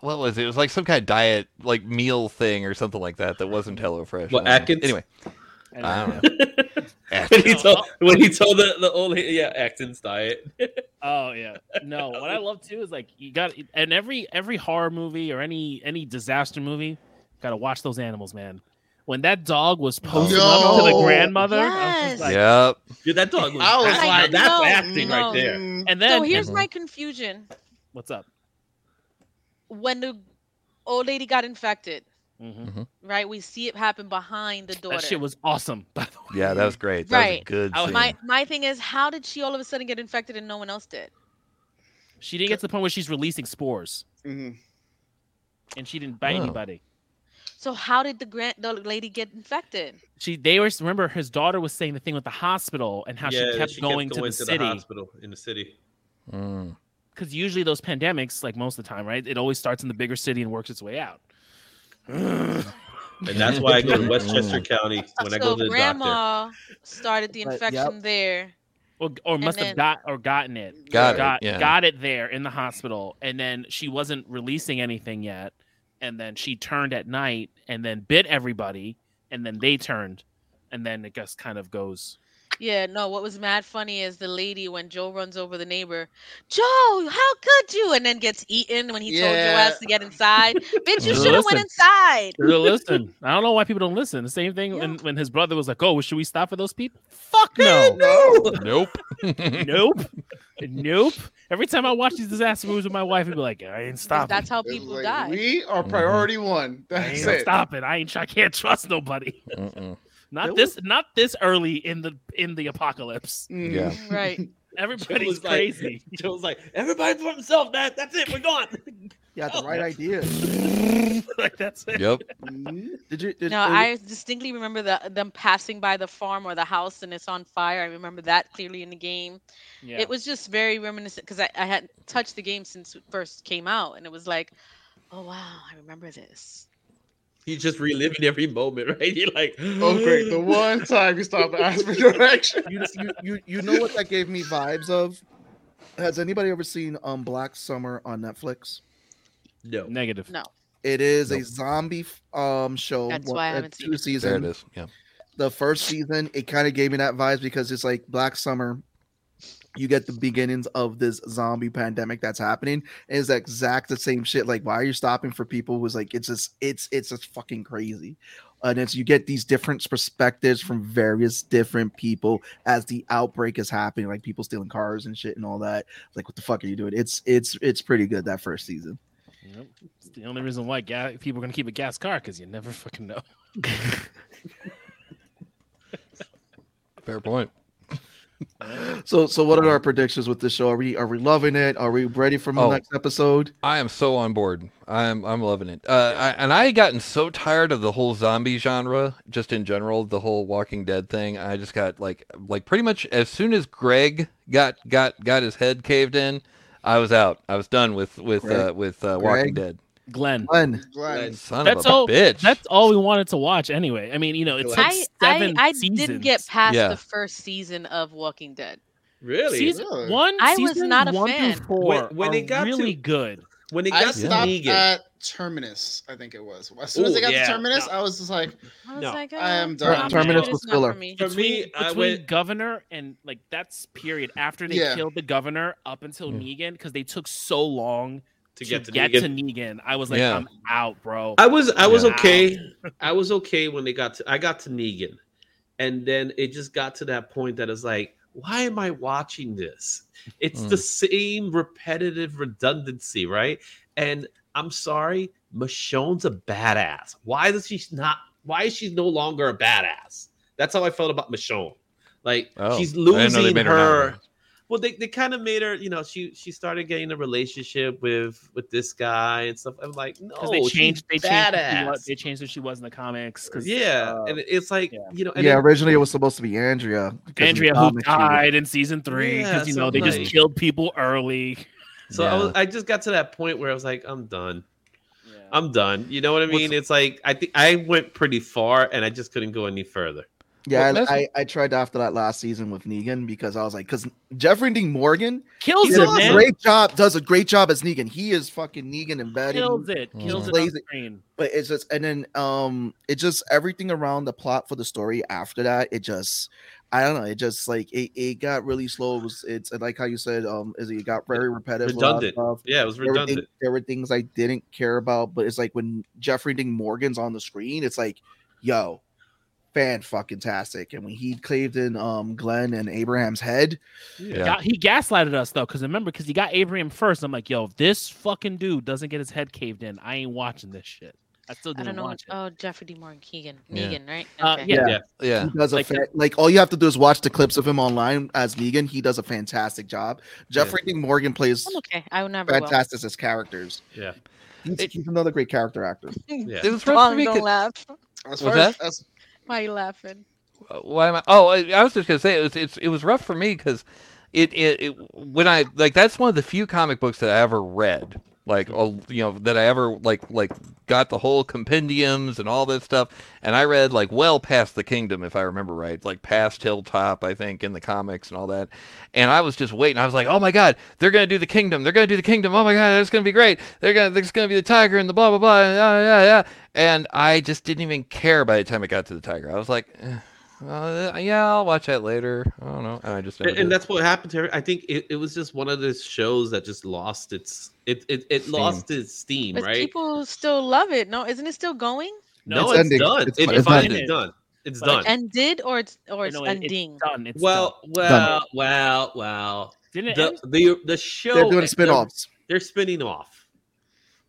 what was it? It was like some kind of diet, like meal thing or something like that that wasn't HelloFresh.
What,
I don't know.
Atkins?
Anyway, I don't know.
when he told when he told the, the old yeah Acton's diet.
Oh yeah. No, what I love too is like you got and every every horror movie or any any disaster movie, gotta watch those animals, man. When that dog was posting up to the
Yo.
grandmother, I was
Yes.
just like,
yep.
Dude, that dog was.
I was
that's-
like,
that's
no,
acting
no.
right there.
Mm,
and
So
then
here's
Mhm.
my confusion.
what's up?
When the old lady got infected,
Mhm.
right? We see it happen behind the daughter.
That shit was awesome. By the way,
Yeah, that was great. That was a
Right.
good
I
scene.
was-
my my thing is, how did she all of a sudden get infected and no one else did?
she didn't get to the point where she's releasing spores
Mm-hmm.
mhm.
and she didn't bite
Oh.
anybody.
So how did the grand the lady get infected?
She they were remember his daughter was saying the thing with the hospital and how
Yeah,
she kept going to the city.
hospital in the city.
Mm.
because usually those pandemics, like most of the time, right? It always starts in the bigger city and works its way out.
And that's why I go to Westchester County when I
so
go to the doctor.
grandma started the
But, yep.
infection there.
Well, or
And
must
then-
have got or gotten it.
Got it,
Got,
yeah.
got it there in the hospital, and then she wasn't releasing anything yet. And then she turned at night, and then bit everybody, and then they turned, and then it just kind of goes.
Yeah, no, what was mad funny is the lady when Joe runs over the neighbor, Joe, how could you? And then gets eaten when he told your
Yeah.
ass to get inside. Bitch, you
Well,
should have went
listen.
inside.
listen, I don't know why people don't listen. The same thing when, when his brother was like, "Oh, should we stop for those people?" Fuck no,
no,
nope,
nope, nope. Every time I watch these disaster movies with my wife, I'd be like, "I ain't stopping."
That's how people
like,
die.
We are
Mm-hmm.
priority one.
I ain't
That's
gonna
it.
Stop it! I ain't. I can't trust nobody.
There
Not this. Not this early in the in the apocalypse.
Mm-hmm.
Yeah.
Right.
Joe
Everybody's
was like-
crazy.
Joe was like, everybody for himself, That That's it. We're gone.
You had the right idea.
like that's it.
Yep.
Did you? Did,
No, I distinctly remember the, them passing by the farm or the house and it's on fire. I remember that clearly in the game.
Yeah.
It was just very reminiscent because I, I hadn't touched the game since it first came out. And it was like, oh, wow, I remember this.
He's just reliving every moment, right? You're like,
Oh, great. The one time you stop and ask for directions.
You, you, you, you know what that gave me vibes of? Has anybody ever seen um Black Summer on Netflix?
No.
Negative.
No.
It is a
Nope.
zombie f- um show.
That's
one-
why I
uh,
haven't seen
two
it.
seasons.
There it is. Yeah.
the first season, it kind of gave me that vibes because it's like Black Summer. You get the beginnings of this zombie pandemic that's happening. And it's exact the same shit. Like, why are you stopping for people? Was like, it's just, it's, it's just fucking crazy. And it's you get these different perspectives from various different people as the outbreak is happening, like people stealing cars and shit and all that. Like, what the fuck are you doing? It's, it's, it's pretty good that first season.
Yep. It's the only reason why ga- people are gonna keep a gas car because you never fucking know.
Fair point.
So, so what are our predictions with this show? Are we, are we loving it? Are we ready for the
Oh.
next episode?
I am so on board. I'm I'm loving it. Uh, I, and I had gotten so tired of the whole zombie genre, just in general, the whole Walking Dead thing. I just got like like pretty much as soon as Greg got got got his head caved in, I was out. I was done with with uh,
Greg?
with uh,
Greg?
Walking Dead.
Glenn.
Glenn.
Glenn.
Son
that's
of a
all.
bitch.
That's all we wanted to watch anyway. I mean, you know, it's like
I, I,
seven
I
seasons.
didn't get past
Yeah.
the first season of Walking Dead.
Really?
Season
Really?
one.
I was
seasons
not a
one
fan.
Through four
When- when
are
it got to-
really good.
When it
I
got to
stopped
Negan,
at Terminus, I think it was. As soon as
Ooh,
I got
yeah,
to Terminus,
no.
I was just like,
I was
No.
like,
I am
"Oh,
done.
I'm
Terminus
good,
was
it's not
killer.
For me.
For
between,
me, I
between
went-
governor and like that's period after they
Yeah.
killed the governor up
Hmm.
until Negan because they took so long
To get to
get
Negan.
to Negan. I was like,
Yeah.
I'm out, bro.
I was I was
Yeah.
okay. I was okay when they got to I got to Negan. And then it just got to that point that it's like, why am I watching this? It's
Mm.
the same repetitive redundancy, right? And I'm sorry, Michonne's a badass. Why does she not why is she no longer a badass? That's how I felt about Michonne. Like
Oh,
she's
I didn't know they
losing
made her not a
her well they, they kind of made her you know she she started getting a relationship with with this guy and stuff i'm like no
because they changed they
Oh,
changed, who
she's
she was,
badass
they changed who she was in the comics because
yeah and it's like
yeah.
you know and
yeah,
then-
originally it was supposed to be Andrea. because of the
Andrea who
comic she was-
died in season three
Yeah,
because you know
so,
they
like-
just killed people early.
so I, was, I just got to that point where i was like i'm done
Yeah.
i'm done you know what i
What's-
mean it's like i think i went pretty far and i just couldn't go any further
Yeah,
Well,
I,
that's-
I, I tried after that last season with Negan because I was like, because Jeffrey Dean Morgan
Kills
did
it,
a
man.
great job, does a great job as Negan. He is fucking Negan and bad.
Kills it.
Mhm.
Kills it on
Plays it.
screen.
But it's just and then um it just everything around the plot for the story after that, it just I don't know, it just like it, it got really slow. It was it's like how you said, um, is it got very repetitive, a lot of
redundant
stuff.
yeah it was
there were, things,
redundant
there were things I didn't care about, but it's like when Jeffrey Dean Morgan's on the screen, it's like, yo, fan fucking tastic. And when he caved in um Glenn and Abraham's head,
Yeah.
Got- he gaslighted us though, because remember, because he got Abraham first. I'm like, yo, if this fucking dude doesn't get his head caved in, I ain't watching this shit. I still
I don't
didn't
know.
watch it.
Oh, Jeffrey D. Morgan, Keegan,
Yeah.
Negan, right?
Uh,
Okay.
yeah.
Yeah.
yeah.
he does a
Like
fan, like all you have to do is watch the clips of him online as Negan. He does a fantastic job. Jeffrey Dean Morgan plays
I'm okay. I would never will.
fantastic as characters.
Yeah.
He's, he's another great character actor.
yeah
It was rough for me 'cause-
laugh.
as
Was
far as,
that?
as
Why are you laughing?
why am I? Oh, I, I was just gonna say it was it's, it was rough for me because it, it it when I like that's one of the few comic books that I ever read.
Hmm.
Like a- you know that I ever like like got the whole compendiums and all this stuff, and I read like well past the kingdom if I remember right, like past Hilltop I think in the comics and all that, and I was just waiting. I was like, oh my god, they're gonna do the kingdom, they're gonna do the kingdom. Oh my god, that's gonna be great. They're gonna there's gonna be the tiger and the blah blah blah yeah yeah yeah. And I just didn't even care by the time it got to the tiger. I was like. "Eh, uh, yeah, I'll watch that later. I don't know. And I just never
and,
did.
and that's what happened to her. I think it, it was just one of those shows that just lost its it it, it lost its steam,
But
right?
people still love it. No, isn't it still going?
no,
it's
it's,
ending.
done.
It's
It's,
done. It's
finally
ended.
done. It's
But-
done.
Ended or it's or it's
no, it- it's
ending.
done. It's
well, well, well, well.
Didn't it
the,
end?
the the show?
They're doing
they're-
spin-offs.
They're, spinning off.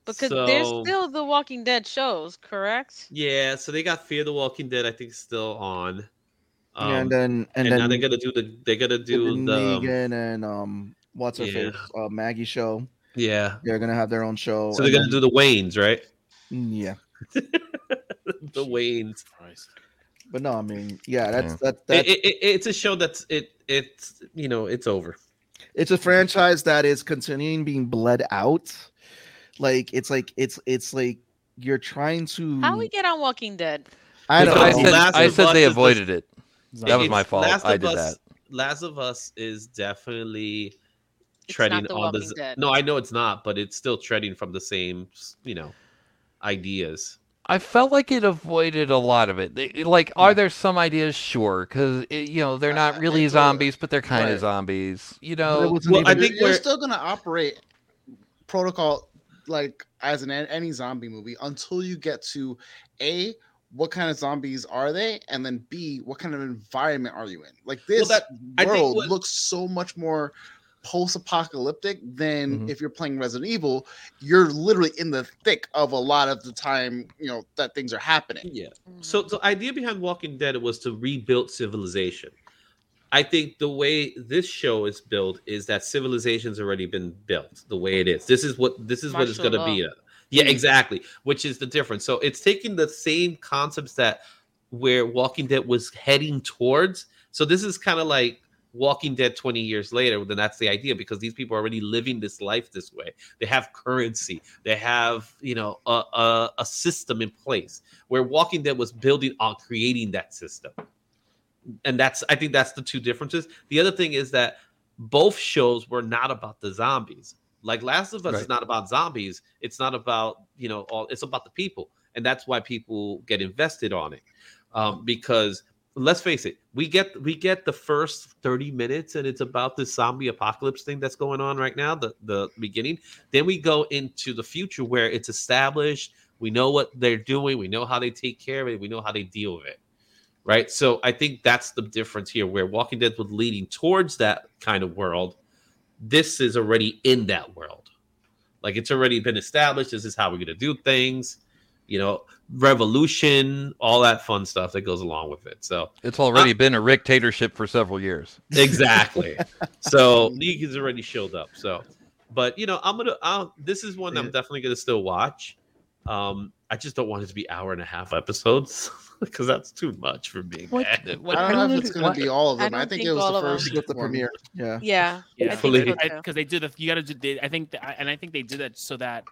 because there's
So-
still the Walking Dead shows, correct?
Yeah, so they got Fear the Walking Dead. I think still on.
Yeah, and then- and
um, now
then-
they're gonna do the they're gonna do the um,
Negan and um, what's her
Yeah.
face, uh, Maggie show.
yeah.
They're gonna have their own show.
So they're gonna do the Waynes, right?
do. Yeah,
the Waynes.
but no, I mean, yeah, that's that.
It,
That's,
it, it, it's a show that's it it's you know it's over.
it's a franchise that is continuing being bled out. Like it's like it's it's like you're trying to.
How we
Mm.
get on Walking Dead?
I don't.
Because I
know.
said, I said they avoided it. That was
It's-
my fault.
Last
I
of
did
Us-
that.
Last of Us is definitely treading
not The
on the.
Walking
z-
Dead.
No, I know it's not, but it's still treading from the same, you know, ideas.
I felt like it avoided a lot of it. They- Like, are there some ideas? Sure, because you know they're not really zombies, but they're kind
right.
of zombies. You
But it
know.
wasn't even- you're, you're still gonna operate protocol like as an any zombie movie until you get to a what kind of zombies are they, and then b what kind of environment are you in? Like this
that- I think
world
what-
looks so much more post-apocalyptic than
Mm-hmm.
if you're playing Resident Evil. You're literally in the thick of a lot of the time, you know, that things are happening.
Yeah. So
Mm. Mm-hmm.
the idea behind Walking Dead was to rebuild civilization. I think the way this show is built is that civilization's already been built the way it is. This is what this is what it's
Martial
going to be.
law.
Yeah, exactly. Which is the difference. So it's taking the same concepts that where Walking Dead was heading towards. So this is kind of like Walking Dead 20 years later. Then that's the idea because these people are already living this life this way. They have currency. They have you know a a, a system in place. Where Walking Dead was building on creating that system and that's I think that's the two differences. The other thing is that both shows were not about the zombies. Like Last of Us is
Right.
not about zombies. It's not about you know all. It's about the people, and that's why people get invested on it. Um, because let's face it, we get we get the first thirty minutes, and it's about the zombie apocalypse thing that's going on right now. The the beginning. Then we go into the future where it's established. We know what they're doing. We know how they take care of it. We know how they deal with it right? So I think that's the difference here, where Walking Dead was leading towards that kind of world. This is already in that world. Like it's already been established. This is how we're going to do things, you know, revolution, all that fun stuff that goes along with it. So
It's already been a dictatorship for several years.
Exactly. so Negan's already showed up. So, but you know, I'm gonna. I'll, this is one I'm definitely gonna still watch. Um, I just don't want it to be hour and a half episodes because that's too much for me.
What-
man.
what- I don't know if it's gonna be all of
I
them. I,
don't
think,
think
it was
all
the
of them.
first
With the
one.
premiere.
Yeah.
Yeah.
Yeah,
Hopefully.
because they do the you got to do. They, I think, that, and I think they did that so that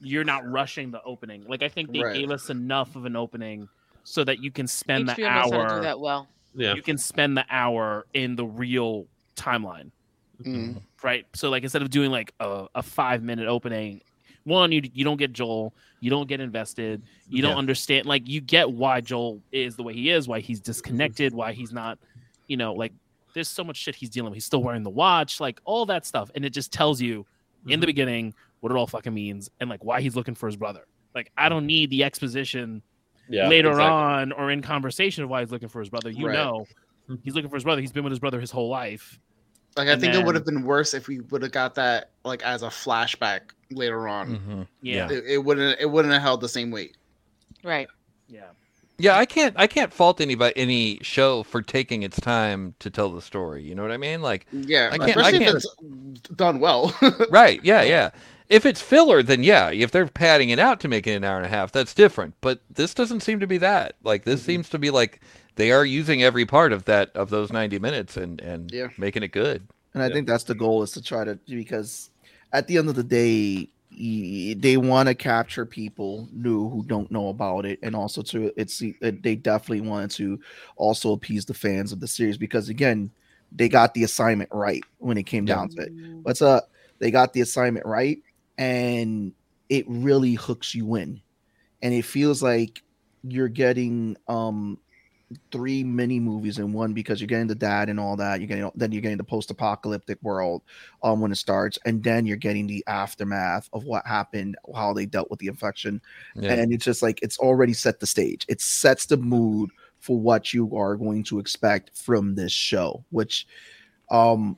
you're not rushing the opening. Like I think they
Right.
gave us enough of an opening so that you can spend the
HBO knows how to do
hour.
that well.
Yeah.
you can spend the hour in the real timeline,
Mm-hmm.
right? So like instead of doing like a, a five minute opening. One, you, you don't get Joel, you don't get invested, you don't
Yeah.
understand. Like you get why Joel is the way he is, why he's disconnected, why he's not, you know, like there's so much shit he's dealing with. He's still wearing the watch, like all that stuff. And it just tells you in
Mm-hmm.
the beginning what it all fucking means and like why he's looking for his brother. Like I don't need the exposition
Yeah,
later
exactly.
on or in conversation of why he's looking for his brother. You
Right.
know, he's looking for his brother. He's been with his brother his whole life.
Like I
And
think it
then-
would have been worse if we would have got that like as a flashback later on.
Mm-hmm.
Yeah.
it, it wouldn't it wouldn't have held the same weight.
Right.
Yeah.
Yeah, I can't. I can't fault anybody, any show for taking its time to tell the story. You know what I mean? Like,
Yeah,
I can't. I
especially
can't.
if it's done well.
right. Yeah. Yeah. If it's filler, then yeah. If they're padding it out to make it an hour and a half, that's different. But this doesn't seem to be that. Like this seems to be like they are using every part of that of those ninety minutes and and
Yeah.
making it good.
And I think that's the goal is to try to because at the end of the day, y- they want to capture people new who don't know about it, and also to it's it, they definitely wanted to also appease the fans of the series because again, they got the assignment right when it came down to it. What's up? They got the assignment right, and it really hooks you in, and it feels like you're getting um three mini movies in one because you're getting the dad and all that. You're getting then you're getting the post apocalyptic world um, when it starts, and then you're getting the aftermath of what happened, how they dealt with the infection,
Yeah.
and it's just like it's already set the stage. It sets the mood for what you are going to expect from this show, which um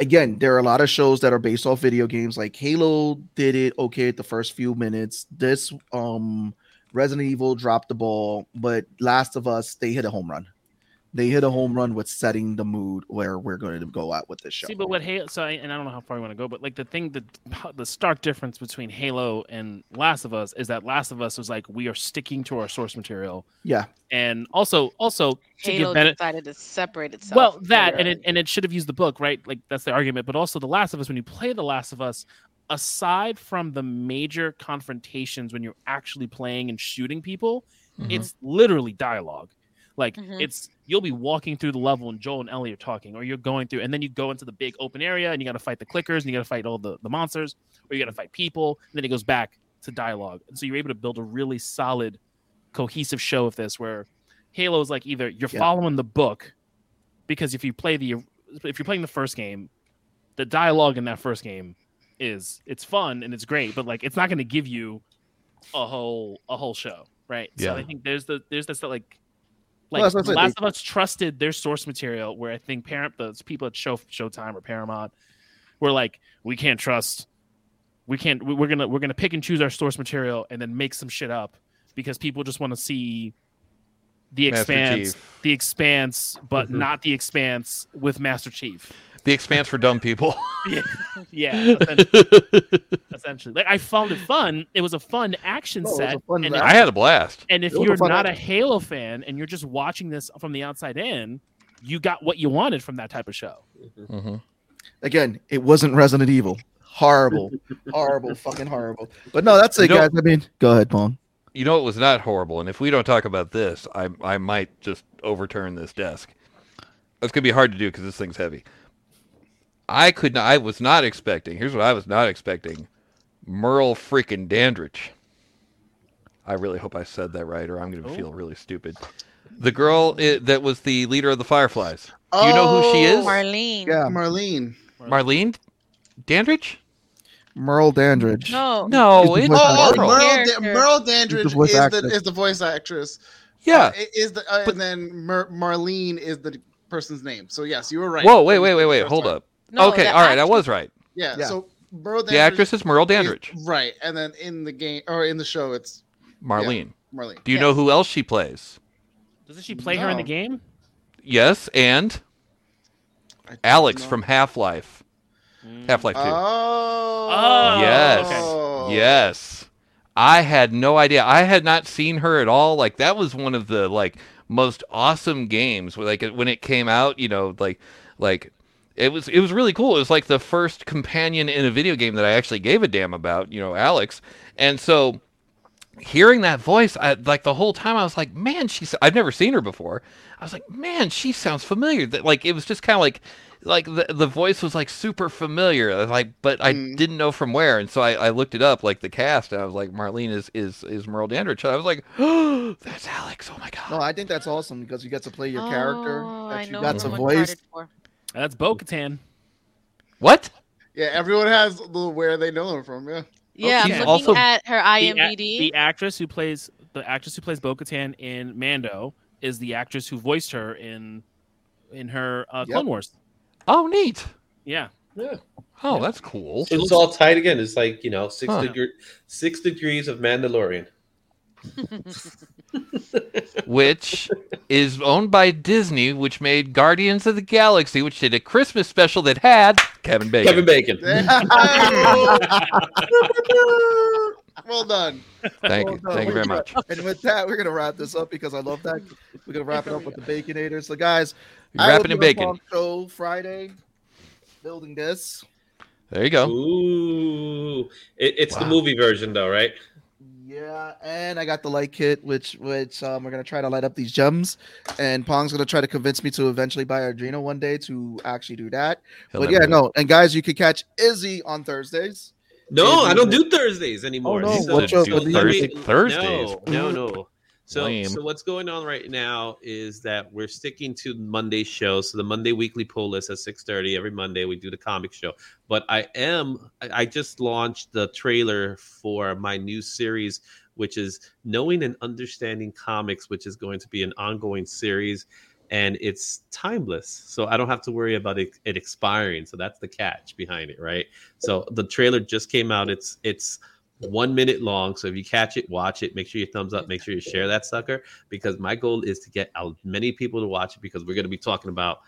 again there are a lot of shows that are based off video games like halo did it okay at the first few minutes this um resident evil dropped the ball but last of us they hit a home run they hit a home run with setting the mood where we're going to go at with this show
See, but what Halo? So, I, and I don't know how far you want to go, but like the thing that the stark difference between Halo and Last of Us is that Last of Us was like we are sticking to our source material,
yeah
and also also to
Halo
give benefit,
decided to separate itself.
well that
from-
and it, and it should have used the book right like that's the argument but also the last of us when you play the last of us aside from the major confrontations when you're actually playing and shooting people
Mhm.
Mm-hmm.
it's literally dialogue like
Mhm.
it's you'll be walking through the level and joel and ellie are talking or you're going through and then you go into the big open area and you got to fight the clickers and you got to fight all the, the monsters or you got to fight people and then it goes back to dialogue and so you're able to build a really solid cohesive show of this where halo is like either you're
Yeah.
following the book because if you play the if you're playing the first game, the dialogue in that first game is it's fun and it's great, but like it's not going to give you a whole a whole show, right? So
Yeah.
I think there's the there's this like
Well,
like
that's what
The
I said,
Last of Us trusted their source material, where I think parent those people at Show Showtime or Paramount were like, we can't trust, we can't, we- we're gonna we're gonna pick and choose our source material and then make some shit up because people just want to see the
Master
expanse, the expanse, but
Mhm.
not the expanse with Master Chief.
The Expanse for dumb people.
Yeah, yeah essentially. essentially. Like I found it fun. It was a fun action
No, Oh, it was
set.
a fun
and
action. I had a blast.
And if
It was a
you're
fun
not a
action.
Halo fan and you're just watching this from the outside in, you got what you wanted from that type of show.
again it wasn't resident evil horrible horrible fucking horrible but no that's
You
it guys
don't-
i mean go ahead Bone.
You know it was not horrible, and if we don't talk about this, I I might just overturn this desk. It's gonna be hard to do because this thing's heavy. I could not. I was not expecting. Here's what I was not expecting: Merle freaking Dandridge. I really hope I said that right, or I'm gonna
Oh.
feel really stupid. The girl i that was the leader of the Fireflies. Do you know who she
Oh
is?
Marlene.
Yeah.
Oh, Marlene.
Marlene Dandridge.
merle dandridge
No.
No,
She's
it's
the voice
Oh,
actress.
Merle,
Character.
Dan- Merle Dandridge
She's the voice
is the
actress.
is the voice actress.
Yeah.
uh, i- is the uh, and then Mer- Marlene is the person's name. So yes, you were right.
Whoa, wait, wait, wait, wait. Hold up.
No,
okay,
the
all right, I
actress-
was right.
Yeah. So Merle
The actress is Merle Dandridge.
right, and then in the game or in the show, it's
Marlene.
yeah, Marlene.
Do you know who else she plays?
Doesn't she play her in the
No.
game?
Yes, and Alex from Half Life. Half Life 2.
Ah, Oh.
yes. Yes. I had no idea. I had not seen her at all. Like that was one of the like most awesome games. where, Like when it came out, you know, like like it was it was really cool. It was like the first companion in a video game that I actually gave a damn about, you know, Alex. And so hearing that voice, I, like the whole time, I was like, man, she's. I've never seen her before. I was like, man, she sounds familiar. That like it was just kind of like, like the the voice was like super familiar. I was Like, but I didn't know from where, and so I, I looked it up, like the cast, and I was like, Marlene is is is Merle Dandridge. And I was like, oh, that's Alex. Oh my god.
No, I think that's awesome because you get to play your character. That you
oh, know
got to
who
voice.
Uncharted for.
That's Bo Katan.
What?
Yeah, everyone has the where they know her from. Yeah.
Oh,
Yeah, I'm looking at her
The, a-
IMDb.
the actress who plays the actress who plays Bo Katan in Mando is the actress who voiced her in in her uh,
Yep.
Clone Wars.
Oh, neat.
Yeah.
Yeah.
Oh, that's cool.
So it's all tied again. It's like you know six
Huh.
degree, six degrees of Mandalorian.
which is owned by Disney, which made Guardians of the Galaxy, which did a Christmas special that had Kevin Bacon.
Kevin Bacon.
well done.
Thank
Well done.
you. Thank you
We're
very
gonna-
much.
And with that, we're gonna wrap this up because I love that. We're gonna wrap it up with the Baconator. So, guys,
You're
I will
wrapping in
be on
bacon.
Palm Show Friday. building this.
There you go.
Ooh, it, it's the
Wow.
movie version though, right?
Yeah, and I got the light kit, which which um, we're gonna try to light up these gems, and Pong's gonna try to convince me to eventually buy Arduino one day to actually do that.
He'll
but
never
yeah,
do
no, and guys, you could catch Izzy on Thursdays.
No, I don't do Thursdays anymore.
no,
These
what
are-
shows
so
do you
let me-
do? Thursdays?
No, no, no. So,
Lame.
so what's going on right now is that we're sticking to Monday show. So the Monday weekly pull list at six thirty every Monday. We do the comic show. But I am I I just launched the trailer for my new series, which is Knowing and Understanding Comics, which is going to be an ongoing series, and it's timeless. So I don't have to worry about it, it expiring. So that's the catch behind it, right? So the trailer just came out. It's it's one minute long. So if you catch it, watch it. Make sure you thumbs up. Make sure you share that sucker because my goal is to get as many people to watch it because we're going to be talking about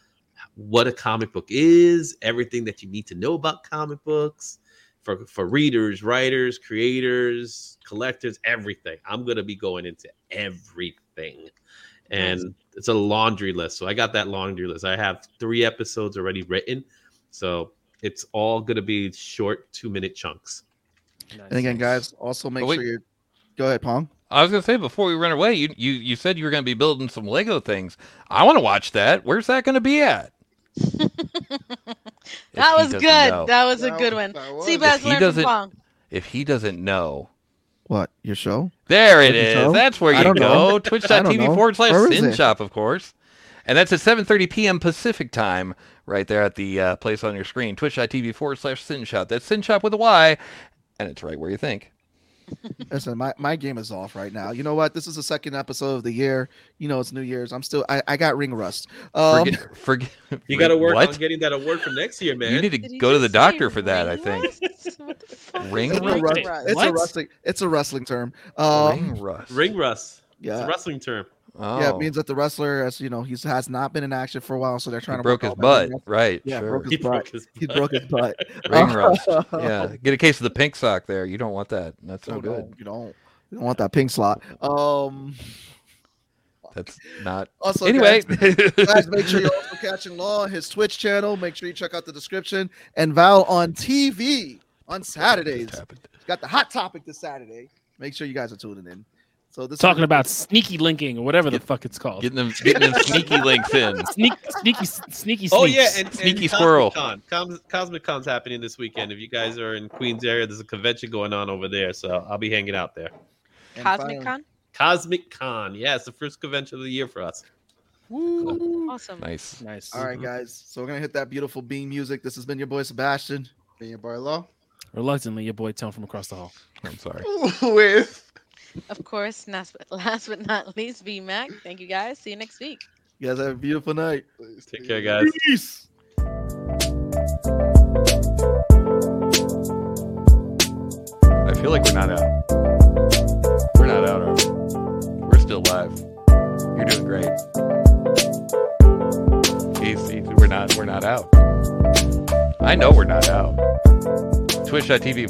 what a comic book is, everything that you need to know about comic books for for readers, writers, creators, collectors, everything. I'm going to be going into everything. And it's a laundry list. So I got that laundry list. I have 3 episodes already written. So it's all going to be short 2-minute chunks.
And again, guys, also make
wait.
sure you go ahead, Pong.
I was gonna say before we run away, you you, you said you were gonna be building some Lego things. I want to watch that. Where's that gonna be at?
That
he
was
doesn't
good.
know.
That was a
That
good
was-
one.
that was-
See, Baz
If he
learned from
doesn't-
Pong.
If he doesn't know,
What your show?
There it
Your
is.
show?
That's where
I
you go.
don't know. I don't
Twitch.tv
know.
forward slash
Where is
Sin
it?
Shop, of course. And that's at 7.30 p.m. Pacific time, right there at the uh, place on your screen. Twitch.tv forward slash Sin Shop. That's Sin Shop with a Y, and it's right where you think.
Listen, my, my game is off right now. You know what? This is the second episode of the year. You know, it's New Year's. I'm still I, I got ring rust. Um,
Forget, forget,
You got to work
what?
on getting that award for next year, man.
You need to go to the doctor for that, I think. Ring
it's, a
rust?
rust- it's a
What?
wrestling it's a wrestling term. Um,
Ring rust.
Ring rust. It's
Yeah.
a wrestling term.
Yeah,
Oh.
it means that the wrestler, as you know, he's has not been in action for a while, so they're trying to
broke
work
his
out that ring
butt,
rust.
right,
Yeah,
sure.
broke his
He
butt.
broke his
He broke his butt. Oh,
Ring rust. Yeah. Get a case of the pink sock there. You don't want that. That's no
No,
good.
no, you don't. You don't want that pink slot. Um.
That's not.
Also,
anyway,
guys, guys, make sure you're also catching Law on his Twitch channel. Make sure you check out the description and Val on TV on Saturdays. He's got the hot topic this Saturday. Make sure you guys are tuning in. So this
Talking about sneaky linking or whatever the fuck it's called.
Getting them, getting them sneaky links in.
Sneak, sneaky, sneaky.
Oh
sneaks.
yeah, and, and Cosmic
squirrel.
Con. Cos- Cosmic Con's happening this weekend. If you guys are in Queens area, there's a convention going on over there, so I'll be hanging out there.
And
Cosmic Con.
Cosmic Con, yeah, it's the first convention of the year for us.
Awesome.
Nice.
Nice.
All right, guys. So we're gonna hit that beautiful beam music. This has been your boy Sebastian. Been your boy Law.
Reluctantly, your boy Tone from across the hall.
I'm sorry.
With
Of course, last but, last but not least, B Mac. Thank you guys. See you next week.
You guys have a beautiful night.
Take care, guys.
Peace.
I feel like we're not out. We're not out. Are we? We're still live. You're doing great. He's, he- we're not. We're not out. I know we're not out. Twitch.tv